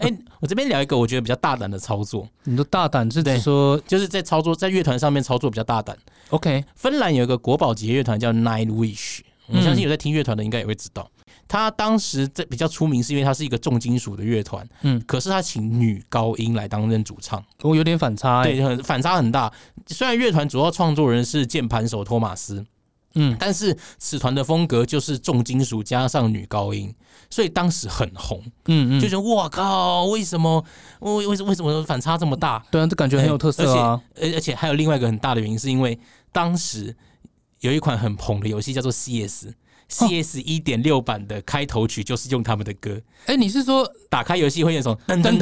Speaker 2: 哎、我这边聊一个我觉得比较大胆的操作，
Speaker 1: 你都大胆是指
Speaker 2: 对
Speaker 1: 说
Speaker 2: 就是在操作在乐团上面操作比较大胆。
Speaker 1: ，OK，
Speaker 2: 芬兰有一个国宝级乐团叫 Nine Wish，我相信有在听乐团的应该也会知道。他当时在比较出名，是因为他是一个重金属的乐团，
Speaker 1: 嗯
Speaker 2: 嗯，可是他请女高音来担任主唱，
Speaker 1: 我有点反差诶。
Speaker 2: 对，很反差很大。虽然乐团主要创作人是键盘手托马斯，
Speaker 1: 嗯，
Speaker 2: 但是此团的风格就是重金属加上女高音，所以当时很红，
Speaker 1: 嗯嗯，
Speaker 2: 就觉得哇靠，为什么，为为什为什么反差这么大？
Speaker 1: 对啊，这感觉很有特色啊。
Speaker 2: 而而且还有另外一个很大的原因，是因为当时有一款很红的游戏叫做 CS。CS 一点六版的开头曲就是用他们的歌，
Speaker 1: 哎、你是说
Speaker 2: 打开游戏会有一种噔噔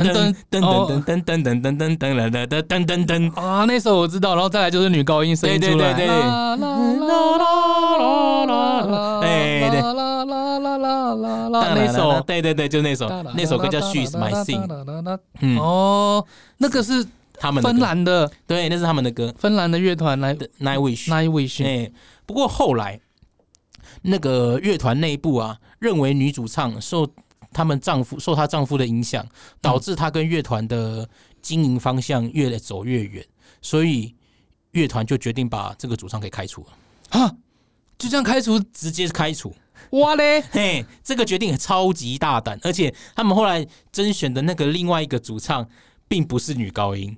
Speaker 2: 噔哦噔噔噔噔噔噔噔噔噔噔噔噔噔噔，
Speaker 1: 啊？那首我知道，然后再来就是女高音声音
Speaker 2: 对
Speaker 1: 出
Speaker 2: 对
Speaker 1: 来，
Speaker 2: 对对
Speaker 1: 啦啦啦啦啦啦啦，
Speaker 2: 哎对
Speaker 1: 啦啦啦啦啦啦啦，那首
Speaker 2: 对对对，就那首，那首歌叫 She's My Thing，
Speaker 1: Thing。
Speaker 2: 嗯，
Speaker 1: 哦，那个是
Speaker 2: 他们的
Speaker 1: 芬
Speaker 2: 歌，
Speaker 1: 兰的
Speaker 2: 对，那是他们的歌
Speaker 1: 芬兰的乐团来
Speaker 2: Night Wish，
Speaker 1: Nine Wish，
Speaker 2: 哎，不过后来那个乐团内部啊，认为女主唱受他们丈夫受她丈夫的影响，导致她跟乐团的经营方向越走越远，所以乐团就决定把这个主唱给开除了，
Speaker 1: 哈，就这样开除
Speaker 2: 直接开除。
Speaker 1: 哇嘞！
Speaker 2: 嘿，这个决定超级大胆，而且他们后来甄选的那个另外一个主唱。并不是女高音，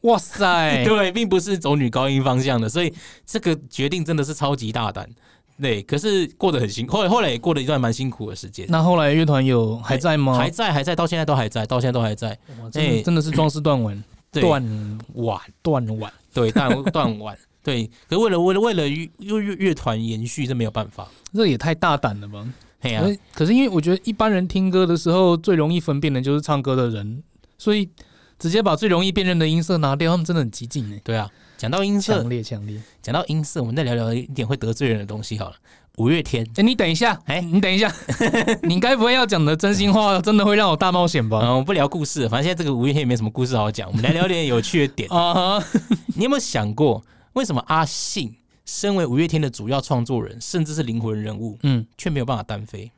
Speaker 1: 哇塞，
Speaker 2: 对，并不是走女高音方向的，所以这个决定真的是超级大胆。对，可是过得很辛苦，后来后来也过了一段蛮辛苦的时间，
Speaker 1: 那后来乐团有还在吗？
Speaker 2: 还在还在，到现在都还在，到现在都还在。
Speaker 1: 哇，真的
Speaker 2: 哎
Speaker 1: 真的是壮士断腕，
Speaker 2: 对，
Speaker 1: 断
Speaker 2: 腕，
Speaker 1: 断腕。
Speaker 2: 对，断 断腕，对。可是为了为了为了乐乐乐团延续，这没有办法。
Speaker 1: 这也太大胆了吧！
Speaker 2: 嘿呀、
Speaker 1: 可是哎可是因为我觉得一般人听歌的时候最容易分辨的就是唱歌的人，所以直接把最容易辨认的音色拿掉，他们真的很激进哎、
Speaker 2: 对啊，讲到音色
Speaker 1: 强，烈强烈。
Speaker 2: 讲到音色，我们再聊聊一点会得罪人的东西好了。五月天，
Speaker 1: 哎、你等一下，哎、
Speaker 2: 哎
Speaker 1: 你等一 下，你该不会要讲的真心话真的会让我大冒险吧？
Speaker 2: 嗯，我们不聊故事了，反正现在这个五月天也没什么故事好讲，我们来聊点有趣的点。
Speaker 1: 啊、哈
Speaker 2: 你有没有想过，为什么阿信身为五月天的主要创作人，甚至是灵魂人物，
Speaker 1: 嗯，
Speaker 2: 却没有办法单飞？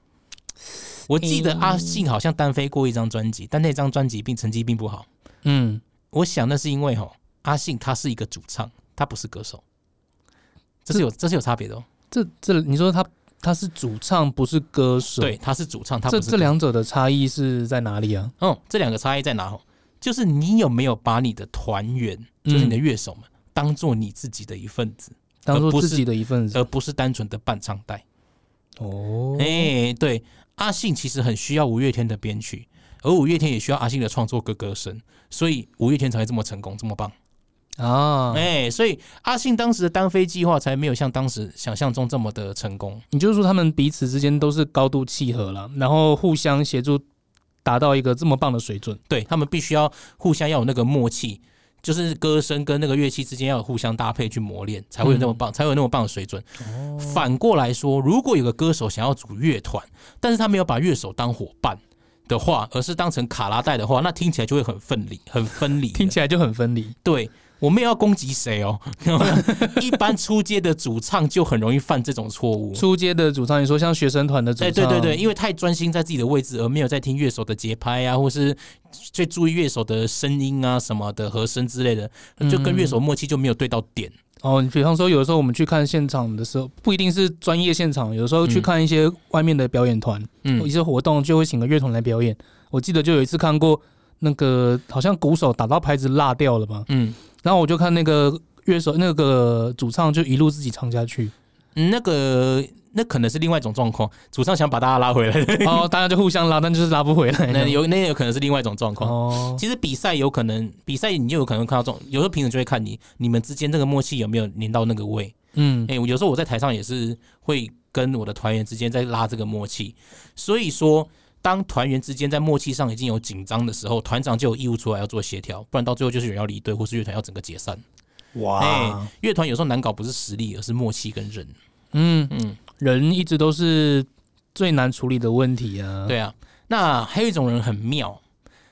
Speaker 2: 我记得阿信好像单飞过一张专辑，但那张专辑并成绩并不好。
Speaker 1: 嗯，
Speaker 2: 我想那是因为吼，阿信他是一个主唱，他不是歌手，这是有这是有差别的哦。
Speaker 1: 这这你说他他是主唱不是歌手，
Speaker 2: 对，，他是主唱，他不
Speaker 1: 这
Speaker 2: 是
Speaker 1: 这
Speaker 2: 歌
Speaker 1: 两者的差异是在哪里啊？
Speaker 2: 嗯，这两个差异在哪？吼，就是你有没有把你的团员，
Speaker 1: 嗯
Speaker 2: 就是你的乐手们，当做你自己的一份子，
Speaker 1: 当
Speaker 2: 而
Speaker 1: 做
Speaker 2: 呃不
Speaker 1: 自
Speaker 2: 是
Speaker 1: 己的一份子
Speaker 2: 而不是单纯的伴唱带。
Speaker 1: 哦，
Speaker 2: 哎、对，阿信其实很需要五月天的编曲，而五月天也需要阿信的创作跟歌声，所以五月天才会这么成功，这么棒。
Speaker 1: 啊，
Speaker 2: 哎、所以阿信当时的单飞计划才没有像当时想象中这么的成功。
Speaker 1: 你就是说他们彼此之间都是高度契合了，然后互相协助达到一个这么棒的水准。
Speaker 2: 对他们必须要互相要有那个默契，就是歌声跟那个乐器之间要有互相搭配去磨练，才会有那么
Speaker 1: 嗯
Speaker 2: 棒，才会有那么棒的水准。反过来说，如果有个歌手想要组乐团，但是他没有把乐手当伙伴的话，而是当成卡拉带的话，那听起来就会很分离，很分离的。
Speaker 1: 听起来就很分离。
Speaker 2: 对我没有要攻击谁哦， 一般出街的主唱就很容易犯这种错误。
Speaker 1: 初阶的主唱，你说像学生团的主
Speaker 2: 哎，
Speaker 1: 唱，
Speaker 2: 对对对，，因为太专心在自己的位置，而没有在听乐手的节拍啊，或是最注意乐手的声音啊什么的和声之类的，
Speaker 1: 嗯
Speaker 2: 就跟乐手默契就没有对到点。
Speaker 1: 哦，你比方说有的时候我们去看现场的时候，不一定是专业现场，有的时候去看一些外面的表演团，哦有一
Speaker 2: 嗯，
Speaker 1: 些活动就会请个乐团来表演。我记得就有一次看过那个好像鼓手打到拍子落掉了吧，
Speaker 2: 嗯
Speaker 1: 然后我就看那个乐手那个主唱就一路自己唱下 去，
Speaker 2: 嗯，那个那可能是另外一种状况，主唱想把大家 拉回来，
Speaker 1: 哦，大家就互相拉，但就是拉不回来。
Speaker 2: 那有那有可能是另外一种状况。
Speaker 1: 哦，
Speaker 2: 其实比赛有可能，比赛你就有可能看到这种，有时候评审就会看你你们之间这个默契有没有连到那个位。
Speaker 1: 嗯，
Speaker 2: 哎、我有时候我在台上也是会跟我的团员之间在拉这个默契，所以说。当团员之间在默契上已经有紧张的时候，团长就有义务出来要做协调，不然到最后就是有人要离队，或是乐团要整个解散。哎、
Speaker 1: 哇，
Speaker 2: 乐团有时候难搞不是实力，而是默契跟人。
Speaker 1: 嗯，
Speaker 2: 嗯，
Speaker 1: 人一直都是最难处理的问题啊。，
Speaker 2: 对啊。那还有一种人很妙，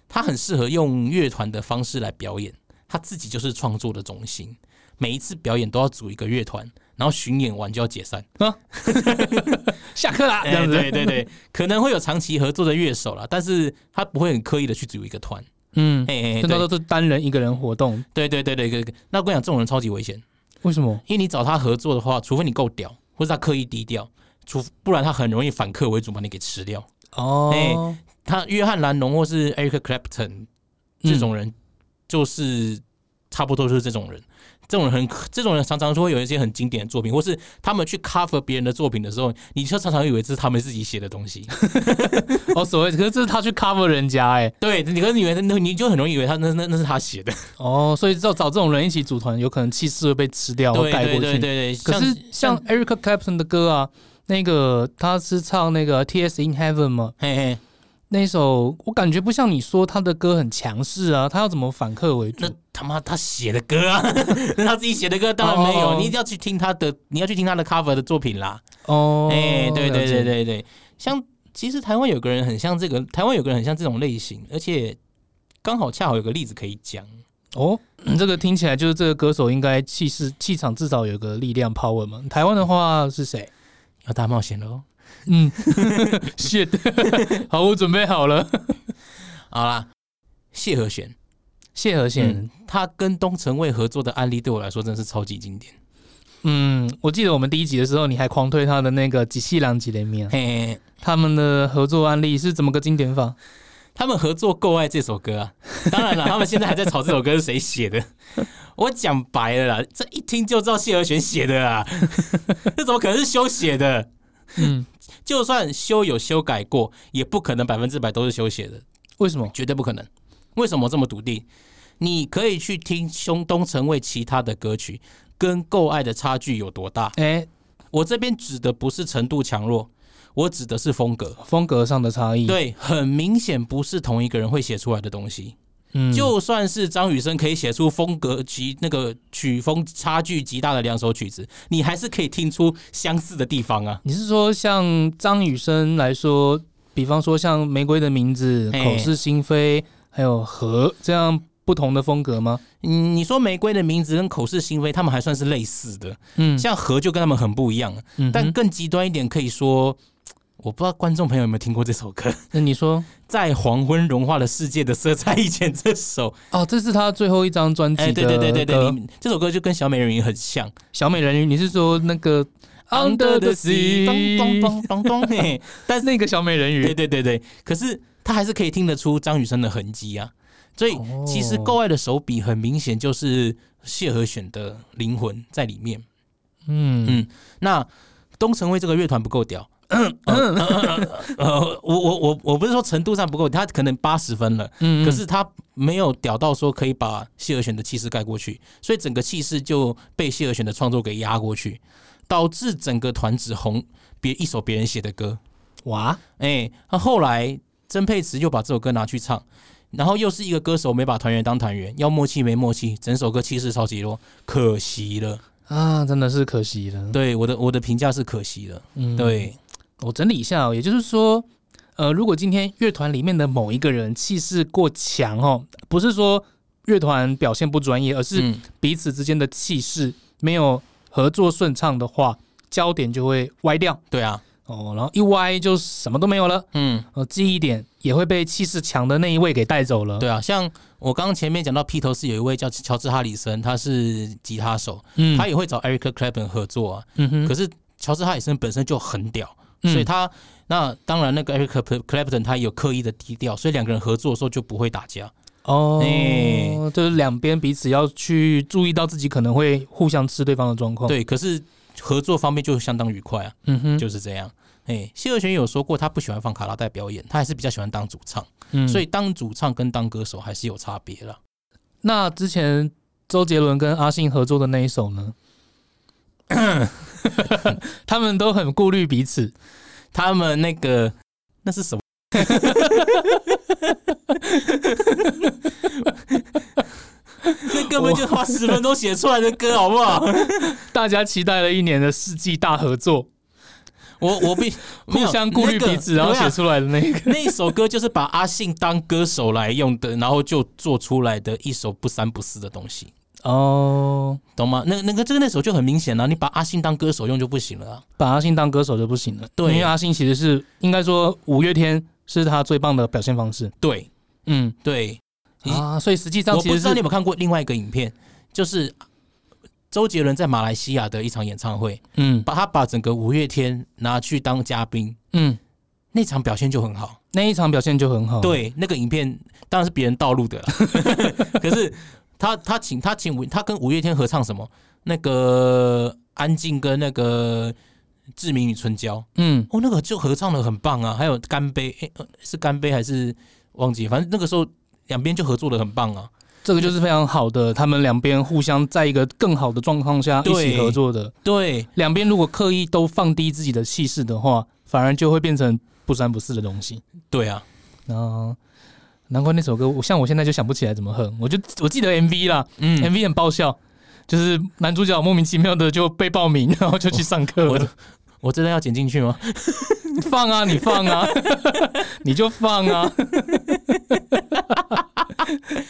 Speaker 2: 他很适合用乐团的方式来表演，他自己就是创作的中心，每一次表演都要组一个乐团，然后巡演完就要解散。
Speaker 1: 下课啦，这
Speaker 2: 哎，
Speaker 1: 样子。
Speaker 2: 对对对， 可能会有长期合作的乐手啦，但是他不会很刻意的去组一个团。
Speaker 1: 嗯，
Speaker 2: 哎、哎
Speaker 1: 这都
Speaker 2: 对
Speaker 1: 是单人一个人活动，
Speaker 2: 对对对对对对那我跟你讲，这种人超级危险，
Speaker 1: 为什么？
Speaker 2: 因为你找他合作的话，除非你够屌，或是他刻意低调，除不然他很容易反客为主把你给吃掉。
Speaker 1: 哦，
Speaker 2: 他约翰·兰农或是 Eric Clapton 这种人，就是、差不多就是这种人。这种人很，这种人常常说会有一些很经典的作品，或是他们去 cover 别人的作品的时候，你就常常以为这是他们自己写的东西。
Speaker 1: 哦，所谓可是这是他去 cover 人家哎、
Speaker 2: 对，你可能以为那，你就很容易以为他那那那是他写的，
Speaker 1: 哦，所以找找这种人一起组团，有可能气势会被吃掉或
Speaker 2: 对
Speaker 1: 盖
Speaker 2: 对
Speaker 1: 过去。
Speaker 2: 对对对。
Speaker 1: 可是像
Speaker 2: 像
Speaker 1: Eric Clapton 的歌啊，那个他是唱那个 T S in Heaven 嘛，
Speaker 2: 嘿嘿，
Speaker 1: 那一首我感觉不像你说他的歌很强势啊，他要怎么反客为主
Speaker 2: 那？他妈他写的歌啊， 那他自己写的歌当然没有，
Speaker 1: 哦
Speaker 2: 你一定要去听他的，你要去听他的 cover 的作品啦。
Speaker 1: 哦，
Speaker 2: 哎、对对对
Speaker 1: 了解，
Speaker 2: 对对，像其实台湾有个人很像这个，台湾有个人很像这种类型，而且刚好恰好有个例子可以讲。
Speaker 1: 哦，这个听起来就是这个歌手应该气势气场至少有个力量 power 嘛。台湾的话是谁？啊
Speaker 2: 要大冒险喽！
Speaker 1: 嗯，shit，好，我准备好了。
Speaker 2: 好啦，谢和弦，嗯
Speaker 1: 谢和弦，
Speaker 2: 他跟东城卫合作的案例对我来说真的是超级经典。
Speaker 1: 嗯我记得我们第一集的时候，你还狂推他的那个《几细郎几雷米》啊，
Speaker 2: 嘿嘿嘿
Speaker 1: 他们的合作案例是怎么个经典法？
Speaker 2: 他们合作《够爱》这首歌啊，当然了，他们现在还在吵这首歌是谁写的。我讲白了啦，这一听就知道谢和弦写的啊，这怎么可能是修写的？
Speaker 1: 嗯，
Speaker 2: 就算修有修改过，也不可能百分之百都是修写的，
Speaker 1: 为什么？
Speaker 2: 绝对不可能。为什么这么笃定？你可以去听胸东城卫其他的歌曲，跟《够爱》的差距有多大？
Speaker 1: 哎、
Speaker 2: 我这边指的不是程度强弱，我指的是风格。
Speaker 1: 风格上的差异。，
Speaker 2: 对，很明显不是同一个人会写出来的东西。
Speaker 1: 嗯
Speaker 2: 就算是张雨生可以写出风格极那个曲风差距极大的两首曲子，你还是可以听出相似的地方啊。
Speaker 1: 你是说像张雨生来说，比方说像《玫瑰的名字》
Speaker 2: 嘿
Speaker 1: 《口是心非》还有《和》这样不同的风格吗？
Speaker 2: 嗯，你说玫瑰的名字跟口是心非，他们还算是类似的，
Speaker 1: 嗯，
Speaker 2: 像和就跟他们很不一样。
Speaker 1: 嗯哼
Speaker 2: 但更极端一点，可以说，我不知道观众朋友有没有听过这首歌，《
Speaker 1: 那呃你说
Speaker 2: 在黄昏融化了世界的色彩以前》这首，
Speaker 1: 哦，这是他最后一张专辑
Speaker 2: 哎，
Speaker 1: 的
Speaker 2: 对对对对对，
Speaker 1: 歌
Speaker 2: 你这首歌就跟小美人鱼很像。
Speaker 1: 小美人鱼，你是说那个 Under the Sea
Speaker 2: 咚咚咚咚咚，嘿， 但是
Speaker 1: 那个小美人
Speaker 2: 对
Speaker 1: 鱼？
Speaker 2: 对对对，可是他还是可以听得出张雨生的痕迹啊。所以
Speaker 1: 哦
Speaker 2: 其实《够爱的手笔》很明显就是谢和弦的灵魂在里面。
Speaker 1: 嗯
Speaker 2: 那东城卫这个乐团不 够屌。呃，我我我我不是说程度上不够，他可能八十分了，
Speaker 1: 嗯，
Speaker 2: 可是他没有屌到说可以把谢和弦的气势盖过去，所以整个气势就被谢和弦的创作给压过去，导致整个团只红别一首别人写的歌。
Speaker 1: 哇，
Speaker 2: 哎，那后来曾沛慈又把这首歌拿去唱，然后又是一个歌手没把团员当团员，要默契没默契，整首歌气势超级弱，可惜了。
Speaker 1: 啊，真的是可惜了。
Speaker 2: 对我的我的评价是可惜了。
Speaker 1: 嗯，
Speaker 2: 对，
Speaker 1: 我整理一下、哦，也就是说，呃，如果今天乐团里面的某一个人气势过强哦，不是说乐团表现不专业，而是
Speaker 2: 嗯
Speaker 1: 彼此之间的气势没有合作顺畅的话，焦点就会歪掉
Speaker 2: 对啊，
Speaker 1: 哦，然后一歪就什么都没有了，
Speaker 2: 嗯，
Speaker 1: 呃，记忆点也会被气势强的那一位给带走了。
Speaker 2: 对啊，像我刚刚前面讲到披头士有一位叫乔治哈里森，他是吉他手，
Speaker 1: 嗯，
Speaker 2: 他也会找 Eric Clapton 合作啊。
Speaker 1: 嗯哼，
Speaker 2: 可是乔治哈里森本身就很屌，
Speaker 1: 嗯
Speaker 2: 所以他那当然那个 Eric Clapton 他也有刻意的低调，所以两个人合作的时候就不会打架。
Speaker 1: 哦，
Speaker 2: 哎
Speaker 1: 就是两边彼此要去注意到自己可能会互相吃对方的状况。，
Speaker 2: 对，可是合作方面就相当愉快啊，
Speaker 1: 哦嗯哼，
Speaker 2: 就是这样。哎、谢和弦有说过他不喜欢放卡拉带表演，他还是比较喜欢当主唱，
Speaker 1: 嗯
Speaker 2: 所以当主唱跟当歌手还是有差别了。
Speaker 1: 那之前周杰伦跟阿信合作的那一首 呢？他们都很顾虑彼此，
Speaker 2: 他们那个那是什么？ 那根本就把十分钟写出来的歌，好不好？
Speaker 1: 大家期待了一年的世纪大合作，
Speaker 2: 我我 必
Speaker 1: 互相顾虑彼此，然
Speaker 2: 啊
Speaker 1: 后写出来的那 个，
Speaker 2: 那首歌就是把阿信当歌手来用的，然后就做出来的一首不三不四的东西，
Speaker 1: 哦，
Speaker 2: 懂吗？那那个这个那首就很明显了、啊你把阿信当歌手用就不行了、啊。
Speaker 1: 把阿信当歌手就不行了，
Speaker 2: 对
Speaker 1: 因为阿信其实是应该说五月天是他最棒的表现方式，
Speaker 2: 对
Speaker 1: 嗯
Speaker 2: 对，你
Speaker 1: 啊，所以实际上
Speaker 2: 我
Speaker 1: 其
Speaker 2: 不
Speaker 1: 实
Speaker 2: 知道你
Speaker 1: 是
Speaker 2: 有没有看过另外一个影片，就是周杰伦在马来西亚的一场演唱会，
Speaker 1: 嗯
Speaker 2: 把他把整个五月天拿去当嘉宾，
Speaker 1: 嗯
Speaker 2: 那场表现就很好。
Speaker 1: 那一场表现就很好，，
Speaker 2: 对，那个影片当然是别人盗录的 啦，可是他他请他请五他跟五月天合唱什么？那个安静跟那个志明与春娇，
Speaker 1: 嗯
Speaker 2: 哦，那个就合唱的很棒啊，还有干杯，诶呃是干杯还是忘记？反正那个时候两边就合作的很棒啊。
Speaker 1: 这个就是非常好的，他们两边互相在一个更好的状况下一起
Speaker 2: 对
Speaker 1: 合作的。
Speaker 2: 对
Speaker 1: 两边如果刻意都放低自己的气势的话，反而就会变成不三不四的东西。
Speaker 2: 对啊，
Speaker 1: 然后，难怪那首歌，我像我现在就想不起来怎么哼，我就我记得 MV 啦、
Speaker 2: 嗯，
Speaker 1: m v 很爆笑，就是男主角莫名其妙的就被报名，然后就去上课
Speaker 2: 我
Speaker 1: 了。
Speaker 2: 我真的要剪进去吗？
Speaker 1: 放啊，你放啊， 你就放啊，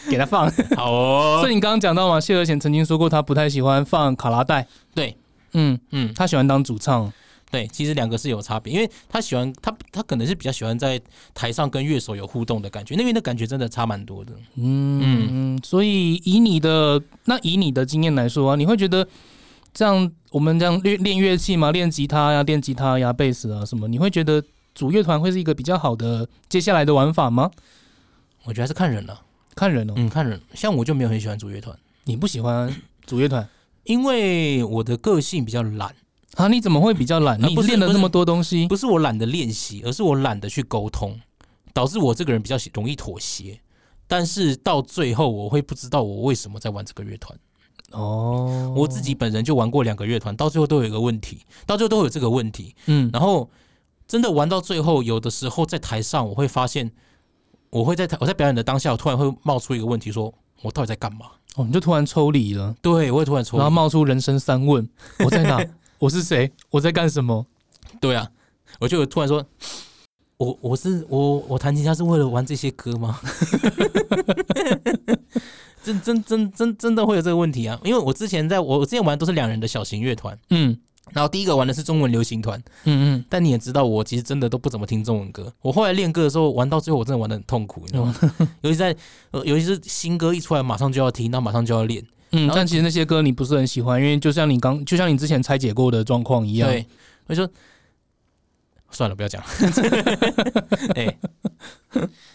Speaker 1: 给他放。
Speaker 2: 好哦
Speaker 1: 所，以你刚刚讲到嘛，谢和弦曾经说过他不太喜欢放卡拉带，
Speaker 2: 对，
Speaker 1: 嗯，
Speaker 2: 嗯，
Speaker 1: 他喜欢当主唱。
Speaker 2: 对，其实两个是有差别，因为他喜欢他他可能是比较喜欢在台上跟乐手有互动的感觉，那边的感觉真的差蛮多的。
Speaker 1: 嗯，所以以你的那以你的经验来说啊，你会觉得这样我们这样练练乐器嘛，练吉他呀、练吉他呀、贝斯啊什么，你会觉得组乐团会是一个比较好的接下来的玩法吗？
Speaker 2: 我觉得还是看人了、
Speaker 1: 看人哦，
Speaker 2: 嗯，看人。像我就没有很喜欢组乐团，
Speaker 1: 你不喜欢组乐团
Speaker 2: 因为我的个性比较懒，
Speaker 1: 啊？你怎么会比较懒？
Speaker 2: 啊
Speaker 1: 你
Speaker 2: 不是
Speaker 1: 练了
Speaker 2: 不
Speaker 1: 这
Speaker 2: 是
Speaker 1: 么多东西，
Speaker 2: 不是我懒得练习，而是我懒得去沟通，导致我这个人比较喜容易妥协。但是到最后，我会不知道我为什么在玩这个乐团。
Speaker 1: 哦，
Speaker 2: 我自己本人就玩过两个乐团，到最后都有一个问题，到最后都有这个问题。
Speaker 1: 嗯
Speaker 2: 然后真的玩到最后，有的时候在台上我会发现，我会在我在表演的当下，我突然会冒出一个问题说，我到底在干嘛？
Speaker 1: 哦，你就突然抽离了，
Speaker 2: 对，我会突然
Speaker 1: 然后
Speaker 2: 说，
Speaker 1: 冒出人生三问：我在 哪？我是谁？我在干什么？
Speaker 2: 对啊，我就突然说，我我是我我弹吉他是为了玩这些歌吗？ 真真真真真的会有这个问题啊！因为我之前在我我之前玩都是两人的小型乐团，
Speaker 1: 嗯
Speaker 2: 然后第一个玩的是中文流行团，
Speaker 1: 嗯嗯，
Speaker 2: 但你也知道，我其实真的都不怎么听中文歌。我后来练歌的时候，玩到最后我真的玩的很痛苦，你知道吗？ 尤其在、呃，尤其是新歌一出来，马上就要听，那马上就要练。
Speaker 1: 嗯
Speaker 2: 然，后
Speaker 1: 但其实那些歌你不是很喜欢，因为就像你刚，就像你之前拆解过的状况一样。
Speaker 2: 对，我就说算了，不 要 讲。哎、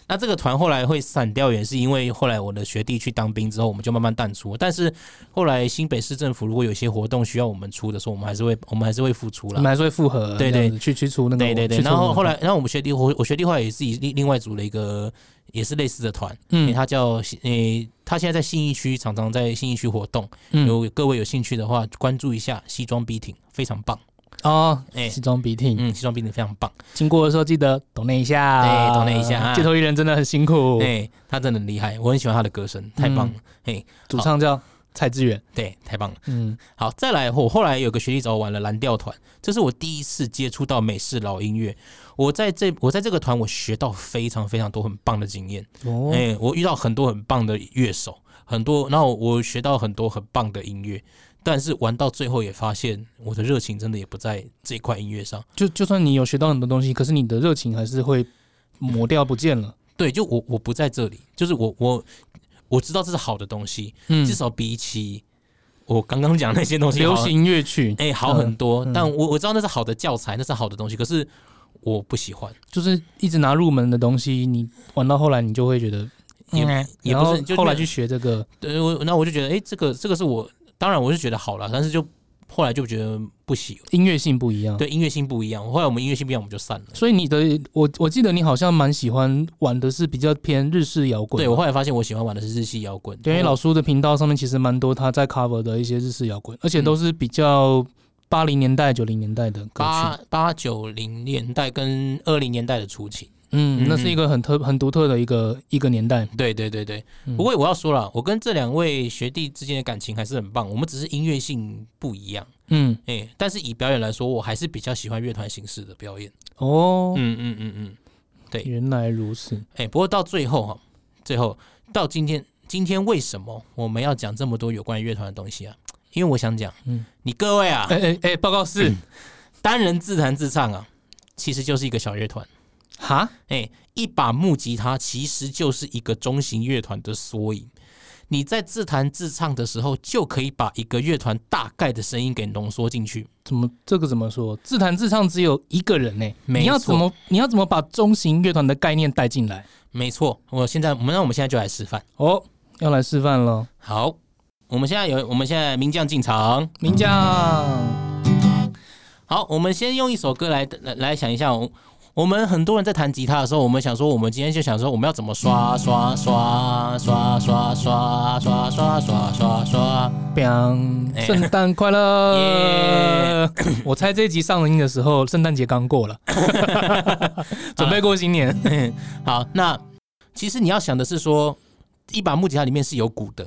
Speaker 2: 那这个团后来会散掉，也是因为后来我的学弟去当兵之后，我们就慢慢淡出。但是后来新北市政府如果有一些活动需要我们出的时候，我们还是会，我们还是会付出
Speaker 1: 我
Speaker 2: 啦
Speaker 1: 们。还是会复合，
Speaker 2: 对
Speaker 1: 这样
Speaker 2: 对
Speaker 1: 子去去除那个，
Speaker 2: 对对对，
Speaker 1: 去除
Speaker 2: 然后
Speaker 1: 那个
Speaker 2: 后来，然后我们学弟，我我学弟后来也自己另另外组了一个，也是类似的团，诶、
Speaker 1: 嗯
Speaker 2: 他叫诶、他现在在信义区，常常在信义区活动。
Speaker 1: 嗯
Speaker 2: 有各位有兴趣的话，关注一下西装笔挺，非常棒。
Speaker 1: 哦，
Speaker 2: 哎
Speaker 1: 西装笔挺，
Speaker 2: 嗯，西装笔挺非常棒。
Speaker 1: 经过的时候记得懂那一下，
Speaker 2: 对抖内一下啊
Speaker 1: 街头艺人真的很辛苦
Speaker 2: 诶、，哎他真的很厉害，我很喜欢他的歌声，太棒了。
Speaker 1: 嗯
Speaker 2: 诶、
Speaker 1: 主唱叫蔡志远，
Speaker 2: 对，太棒了。
Speaker 1: 嗯
Speaker 2: 好，再来，我后来有个学弟找我玩了蓝调团，这是我第一次接触到美式老音乐。我在这，我在这个团，我学到非常非常多很棒的经验。
Speaker 1: 哦
Speaker 2: 哎、我遇到很多很棒的乐手，很多，然后我学到很多很棒的音乐，但是玩到最后也发现，我的热情真的也不在这块音乐上。
Speaker 1: 就就算你有学到很多东西，可是你的热情还是会抹掉不见了，
Speaker 2: 对，就我我不在这里，就是我我我知道这是好的东西，
Speaker 1: 嗯
Speaker 2: 至少比起我刚刚讲那些东西好
Speaker 1: 流行乐曲
Speaker 2: 哎、好很多，
Speaker 1: 嗯嗯
Speaker 2: 但我我知道那是好的教材，那是好的东西，可是我不喜欢，
Speaker 1: 就是一直拿入门的东西，你玩到后来你就会觉得，
Speaker 2: 也、
Speaker 1: 嗯
Speaker 2: 也
Speaker 1: 然
Speaker 2: 不
Speaker 1: 后
Speaker 2: 是就
Speaker 1: 后来
Speaker 2: 那
Speaker 1: 去学这个，
Speaker 2: 对，我那我就觉得，哎、这个这个是我，当然我是觉得好了，但是就后来就觉得不喜
Speaker 1: 音乐性不一样。
Speaker 2: 对，音乐性不一样。后来我们音乐性不一样，我们就散了。
Speaker 1: 所以你的我我记得你好像蛮喜欢玩的是比较偏日式摇滚，
Speaker 2: 对我后来发现，我喜欢玩的是日系摇滚。
Speaker 1: 对，因为老
Speaker 2: 师
Speaker 1: 苏的频道上面其实蛮多他在 cover 的一些日式摇
Speaker 2: 嗯
Speaker 1: 滚，而且都是比较八零年代、九零年代的歌曲。
Speaker 2: 八八九零年代跟二零年代的初期，
Speaker 1: 嗯，那
Speaker 2: 嗯
Speaker 1: 是一个很特、很独特的一个一个年代。
Speaker 2: 对对对对。
Speaker 1: 嗯
Speaker 2: 不过我要说了，我跟这两位学弟之间的感情还是很棒，我们只是音乐性不一样。
Speaker 1: 嗯，
Speaker 2: 哎、但是以表演来说，我还是比较喜欢乐团形式的表演。
Speaker 1: 哦，
Speaker 2: 嗯嗯嗯嗯。对
Speaker 1: 原来如此。
Speaker 2: 哎、不过到最后哈，最后到今天，今天为什么我们要讲这么多有关于乐团的东西啊？因为我想讲，
Speaker 1: 嗯
Speaker 2: 嗯，你各位啊，嗯
Speaker 1: 哎哎哎，报告是
Speaker 2: 单人自弹自唱啊，其实就是一个小乐团。
Speaker 1: 哈，
Speaker 2: 哎、一把木吉他其实就是一个中型乐团的缩影。你在自弹自唱的时候，就可以把一个乐团大概的声音给浓缩进去。
Speaker 1: 怎么这个怎么说？自弹自唱只有一个人呢、
Speaker 2: 没
Speaker 1: 你要
Speaker 2: 错
Speaker 1: 怎么你要怎么把中型乐团的概念带进来？
Speaker 2: 没错，我现在我们那我们现在就来示范。
Speaker 1: 哦，要来示范了，
Speaker 2: 好，我们现在有我们现在名将进场。
Speaker 1: 名将。
Speaker 2: 好，我们先用一首歌来来来想一下，我我们很多人在弹吉他的时候，我们想说，我们今天就想说，我们要怎 么刷刷刷刷刷刷刷刷刷刷刷。
Speaker 1: biang，圣诞快乐！ 我猜这一集上映的时候，圣诞节刚过 了，准备过新年。
Speaker 2: 好，那其实你要想的是说，一把木吉他里面是有鼓的，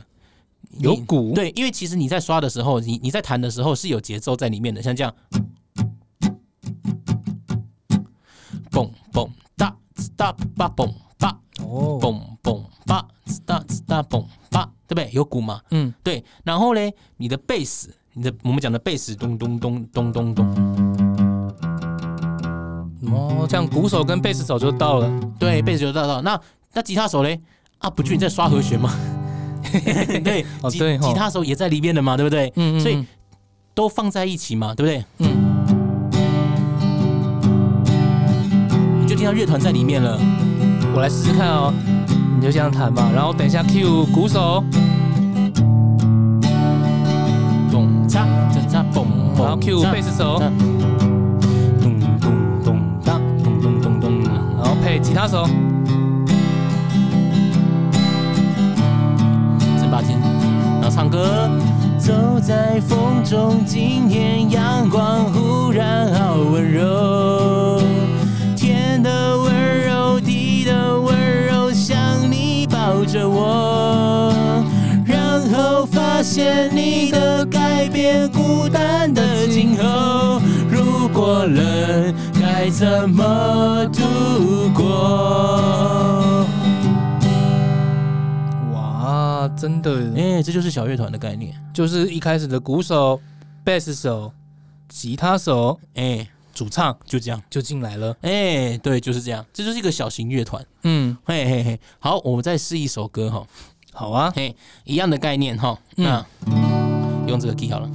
Speaker 2: 你
Speaker 1: 有鼓
Speaker 2: 对，因为其实你在刷的时候，你你在弹的时候是有节奏在里面的，像这样，嘣嘣哒哒吧嘣吧
Speaker 1: 哦，
Speaker 2: 嘣嘣吧哒哒嘣吧，对不对？有鼓嘛？
Speaker 1: 嗯，
Speaker 2: 对，然后嘞，你的贝斯，你的我们讲的贝斯，咚咚咚咚咚咚，
Speaker 1: 哦，这样鼓手跟贝斯手就到了。
Speaker 2: 对，贝斯有到到。那那吉他手嘞？啊，不就你在刷和弦吗？对，
Speaker 1: 哦
Speaker 2: 吉
Speaker 1: 对吼
Speaker 2: 吉他手也在里面的嘛，对不对？
Speaker 1: 嗯，嗯
Speaker 2: 所以
Speaker 1: 嗯
Speaker 2: 都放在一起嘛，对不对？
Speaker 1: 嗯，
Speaker 2: 你就听到乐团在里面了。
Speaker 1: 我来试试看哦，你就这样弹吧，然后等一下 Q 鼓手，
Speaker 2: 咚嚓嚓嚓嘣嘣，
Speaker 1: 然后 Q 贝斯手，
Speaker 2: 嚓，咚咚咚哒，咚咚咚咚。
Speaker 1: 然后配吉他手。
Speaker 2: 真把劲，然后唱歌。走在风中，今天阳光忽然好温柔，天的温柔，地的温柔，像人该怎么度过？
Speaker 1: 哇，真的
Speaker 2: 哎、这就是小乐团的概念。
Speaker 1: 就是一开始的鼓手、贝斯手、吉他手、
Speaker 2: 哎、
Speaker 1: 主唱
Speaker 2: 就这样。
Speaker 1: 就进来了。
Speaker 2: 哎、对，就是这样。这就是一个小型乐团。
Speaker 1: 嗯，
Speaker 2: 嘿嘿嘿，好，我们再试一首歌哈。
Speaker 1: 好啊，
Speaker 2: 嘿，一样的概念哈。那、用这个 key 好了。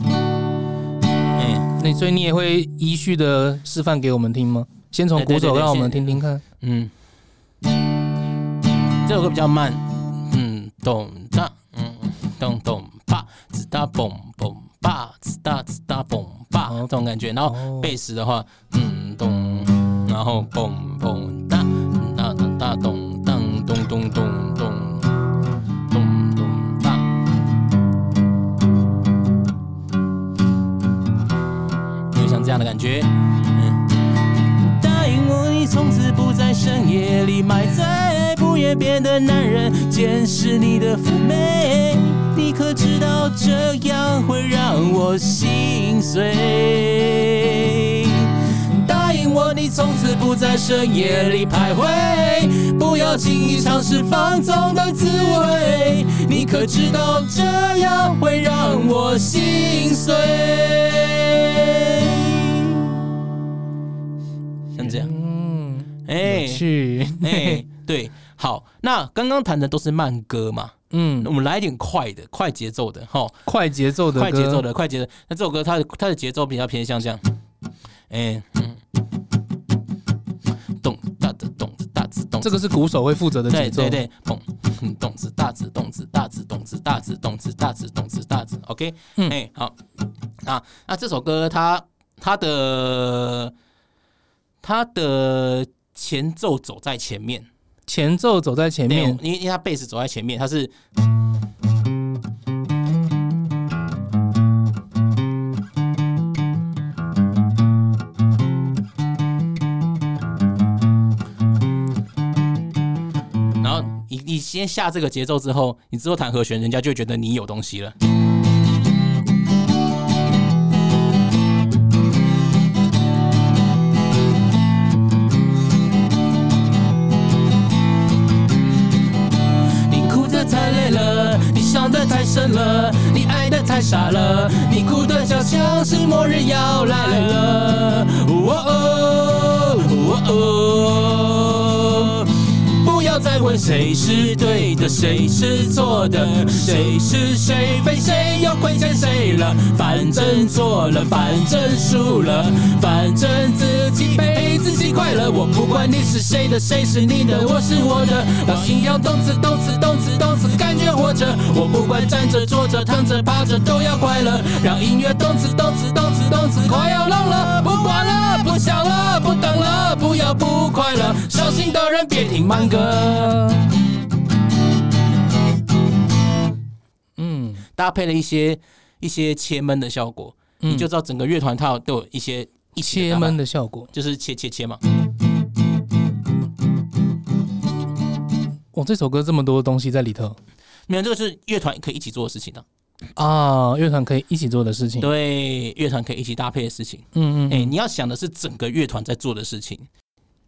Speaker 2: 哎、
Speaker 1: 那所以你也会依序的示范给我们听吗？先从
Speaker 2: 对对
Speaker 1: 鼓手
Speaker 2: 对对
Speaker 1: 让我们
Speaker 2: 先
Speaker 1: 听听看。
Speaker 2: 嗯，这首歌比较慢，嗯，咚哒，嗯，咚咚吧，子哒嘣嘣吧，子哒子哒嘣吧，
Speaker 1: 哦
Speaker 2: 这种感觉。然后
Speaker 1: 哦
Speaker 2: 贝斯的话，嗯咚，然后嘣嘣哒，哒哒哒咚当咚咚咚咚咚咚哒。有像这样的感觉。嗯，答应我，你从此不在深夜里埋在不愿变的男人，监视你的妩媚。你可知道这样会让我心碎？答应我，你从此不在深夜里徘徊，不要轻易尝试放纵的滋味。你可知道这样会让我心碎？像这样，
Speaker 1: 嗯，
Speaker 2: 哎、
Speaker 1: 去，
Speaker 2: 哎、对，好，那刚刚弹的都是慢歌嘛，
Speaker 1: 嗯
Speaker 2: 我，们来一点快的、快节奏的，哈，
Speaker 1: 快节奏的
Speaker 2: 快
Speaker 1: 歌，
Speaker 2: 节奏的、快节奏。那这首歌它的它的节奏比较偏向这样，哎、嗯，咚哒子咚子哒子咚子，
Speaker 1: 这个是鼓手会负责的节
Speaker 2: 对
Speaker 1: 奏。
Speaker 2: 对对，咚嗯咚子大子咚子大子咚子大子咚子大子咚子大子，OK，
Speaker 1: 嗯
Speaker 2: 哎、好，啊，那这首歌它它的它的前奏走在前面。
Speaker 1: 前奏走在前
Speaker 2: 对，
Speaker 1: 面，
Speaker 2: 因为因为他贝斯走在前面，他是。然后你你先下这个节奏之后，你之后弹和弦，人家就会觉得你有东西了。你哭得太累了，你想得太深了，你爱得太傻了，你哭得就像是末日要来了。哦哦哦哦不要再问谁是对的，谁是错的，谁是谁非，谁又亏欠谁了？反正错了，反正输了，反正自己陪自己快乐。我不管你是谁的，谁是你的，我是我的。 把心要动次动次动次动次，感觉活着。我不管站着、坐着、躺着、趴着，都要快乐。让音乐动次动次动次动次，快要聋了，不管了，不想了，不等了，不要不快乐。伤心的人别听慢歌。
Speaker 1: 嗯，
Speaker 2: 搭配了一些一些切闷的效果，
Speaker 1: 嗯
Speaker 2: 你就知道整个乐团它有都有一些一起
Speaker 1: 切
Speaker 2: 干嘛
Speaker 1: 闷，的效果。
Speaker 2: 就是切切切嘛。
Speaker 1: 哇，这首歌这么多东西在里头
Speaker 2: 没有，这个是乐团可以一起做的事情的、
Speaker 1: 啊，乐团可以一起做的事情。
Speaker 2: 哎对，乐团可以一起搭配的事情。
Speaker 1: 嗯嗯，
Speaker 2: 哎、
Speaker 1: 嗯
Speaker 2: 你要想的是整个乐团在做的事情。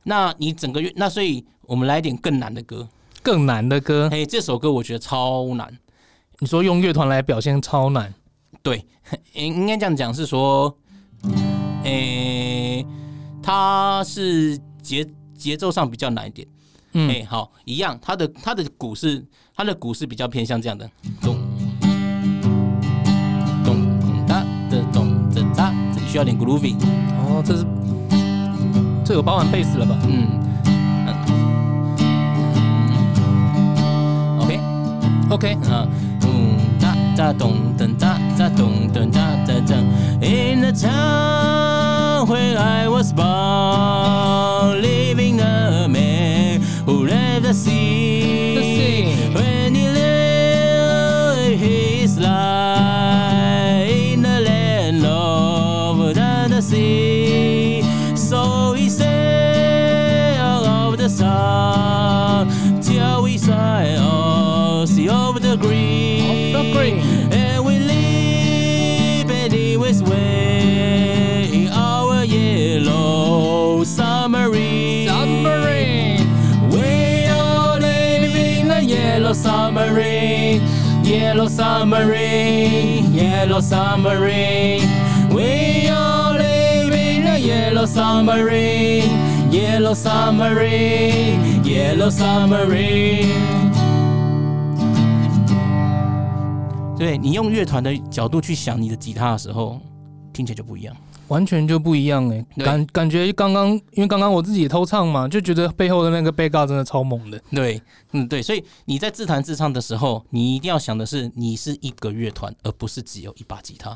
Speaker 2: 那你整个乐，那所以我们来一点更难的歌。
Speaker 1: 更难的歌，
Speaker 2: 哎、这首歌我觉得超难。
Speaker 1: 你说用乐团来表现超难。
Speaker 2: 对，应应该这样讲是说，哎、它是节节奏上比较难一点。哎、
Speaker 1: 嗯，
Speaker 2: 好，一样，它的它的鼓是它的鼓是比较偏向这样的，咚咚哒的咚这哒，这需要点 groovy，
Speaker 1: 哦，这是这有包含贝斯了吧？
Speaker 2: 嗯嗯，OK，
Speaker 1: OK，
Speaker 2: 啊，嗯哒哒咚噔哒哒咚噔哒哒哒，In the town where I was born, living a man who left the sea.
Speaker 1: The sea.
Speaker 2: When he lived his life in the land of the sea, so he sailed of the sun till we sight of sea of the
Speaker 1: Of
Speaker 2: green.
Speaker 1: the green.
Speaker 2: And we live and it was way our yellow submarine, yellow submarine, yellow submarine. We are living in a yellow submarine, yellow submarine, yellow submarine. 对你用乐团的角度去想你的吉他的时候，听起来就不一样。
Speaker 1: 完全就不一样哎、
Speaker 2: 对
Speaker 1: 感感觉刚刚因为刚刚我自己也偷唱嘛，就觉得背后的那个被告真的超猛的，
Speaker 2: 对，嗯，对，所以你在自弹自唱的时候，你一定要想的是，你是一个乐团，而不是只有一把吉他。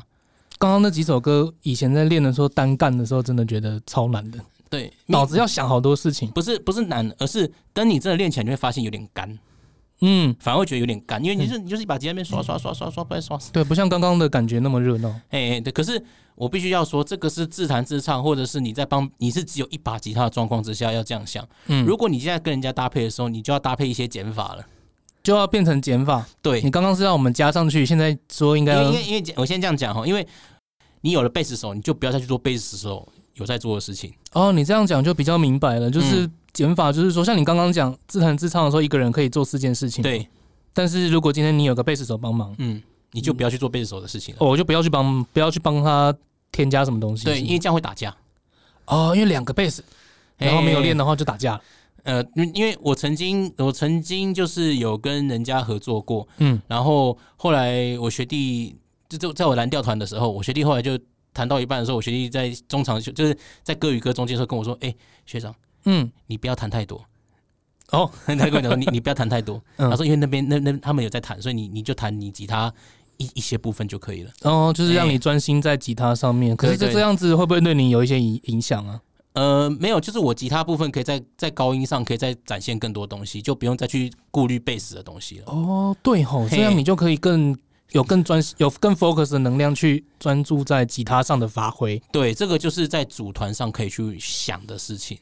Speaker 1: 刚刚那几首歌以前在练的时候单干的时候，真的觉得超难的，
Speaker 2: 对，你
Speaker 1: 脑子要想好多事情。
Speaker 2: 不是不是难，而是等你真的练起来，你会发现有点干，
Speaker 1: 嗯，
Speaker 2: 反而会觉得有点干，因为你就是、你就是一把吉他在那边刷刷刷刷刷，不然刷死。
Speaker 1: 对，不像刚刚的感觉那么热闹。
Speaker 2: 哎、哎对，可是我必须要说，这个是自弹自唱，或者是你在帮你是只有一把吉他的状况之下要这样想。
Speaker 1: 嗯，
Speaker 2: 如
Speaker 1: 如
Speaker 2: 果你现在跟人家搭配的时候，你就要搭配一些减法了。
Speaker 1: 就要变成减法。
Speaker 2: 对，
Speaker 1: 你刚刚是让我们加上去，现在说应该
Speaker 2: 因为
Speaker 1: 要
Speaker 2: 因为因为我先这样讲哈，因为你有了贝斯手，你就不要再去做贝斯手有在做的事情。
Speaker 1: 哦，你这样讲就比较明白了，就是
Speaker 2: 嗯
Speaker 1: 减法，就是说像你刚刚讲自弹自唱的时候，一个人可以做四件事情。，
Speaker 2: 对，
Speaker 1: 但是如果今天你有个贝斯手帮忙，
Speaker 2: 嗯，你就不要去做贝斯手的事情了。
Speaker 1: 哦，我就不要去帮，不要去帮他添加什么东西。
Speaker 2: 对，
Speaker 1: 是吗
Speaker 2: 因为这样会打架。
Speaker 1: 哦，因为两个贝斯，然后没有练的话就打架了。
Speaker 2: 呃，因为因为我曾经我曾经就是有跟人家合作过，
Speaker 1: 嗯，
Speaker 2: 然后后来我学弟就就在我蓝调团的时候，我学弟后来就弹到一半的时候，我学弟在中场休就是在歌与歌中间的时候跟我说：“哎、学长，
Speaker 1: 嗯，
Speaker 2: 你不要弹太多。”
Speaker 1: 哦，
Speaker 2: 他跟我讲说：“你你不要弹太多。
Speaker 1: 嗯
Speaker 2: 他说：“因为那边那那他们有在弹，所以你你就弹你吉他一一些部分就可以了。
Speaker 1: 然后就是让你专心在吉他上面。可是
Speaker 2: 对
Speaker 1: 这
Speaker 2: 对
Speaker 1: 这样子会不会哎对你有一些影影响啊？”
Speaker 2: 呃，没有，就是我吉他部分可以在在高音上可以再展现更多东西，就不用再去顾虑贝斯的东西了。
Speaker 1: 哦，对吼，
Speaker 2: 嘿
Speaker 1: 这样你就可以更有更专有更 focus 的能量去专注在吉他上的发挥。
Speaker 2: 对，这个就是在组团上可以去想的事情。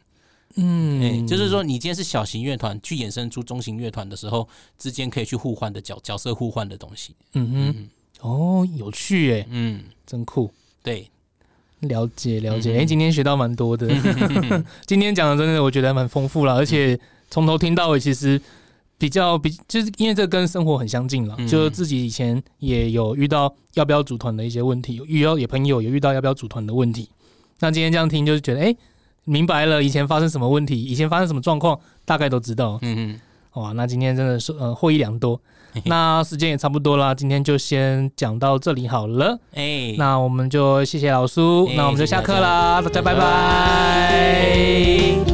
Speaker 1: 嗯，
Speaker 2: 哎、就是说你今天是小型乐团，去衍生出中型乐团的时候，之间可以去互换的角角色互换的东西。
Speaker 1: 嗯
Speaker 2: 嗯
Speaker 1: 哼，哦，有趣哎，
Speaker 2: 嗯，
Speaker 1: 真酷。
Speaker 2: 对，
Speaker 1: 了解了
Speaker 2: 嗯
Speaker 1: 解，
Speaker 2: 哼
Speaker 1: 哎、今天学到蛮多的。今天讲的真的，我觉得还蛮丰
Speaker 2: 嗯
Speaker 1: 富了，而且从头听到尾，其实比较比就是因为这跟生活很相近了，
Speaker 2: 嗯
Speaker 1: 就是自己以前也有遇到要不要组团的一些问题，有遇到也朋友也遇到要不要组团的问题。那今天这样听，就是觉得哎、诶明白了以前发生什么问题，以前发生什么状况，大概都知道。
Speaker 2: 嗯嗯，
Speaker 1: 哇，那今天真的是呃获益良 多
Speaker 2: 嘿嘿。
Speaker 1: 那时间也差不多啦，今天就先讲到这里好了。
Speaker 2: 哎、
Speaker 1: 那我们就谢谢老苏，
Speaker 2: 哎
Speaker 1: 那我们就下课啦，大家拜拜。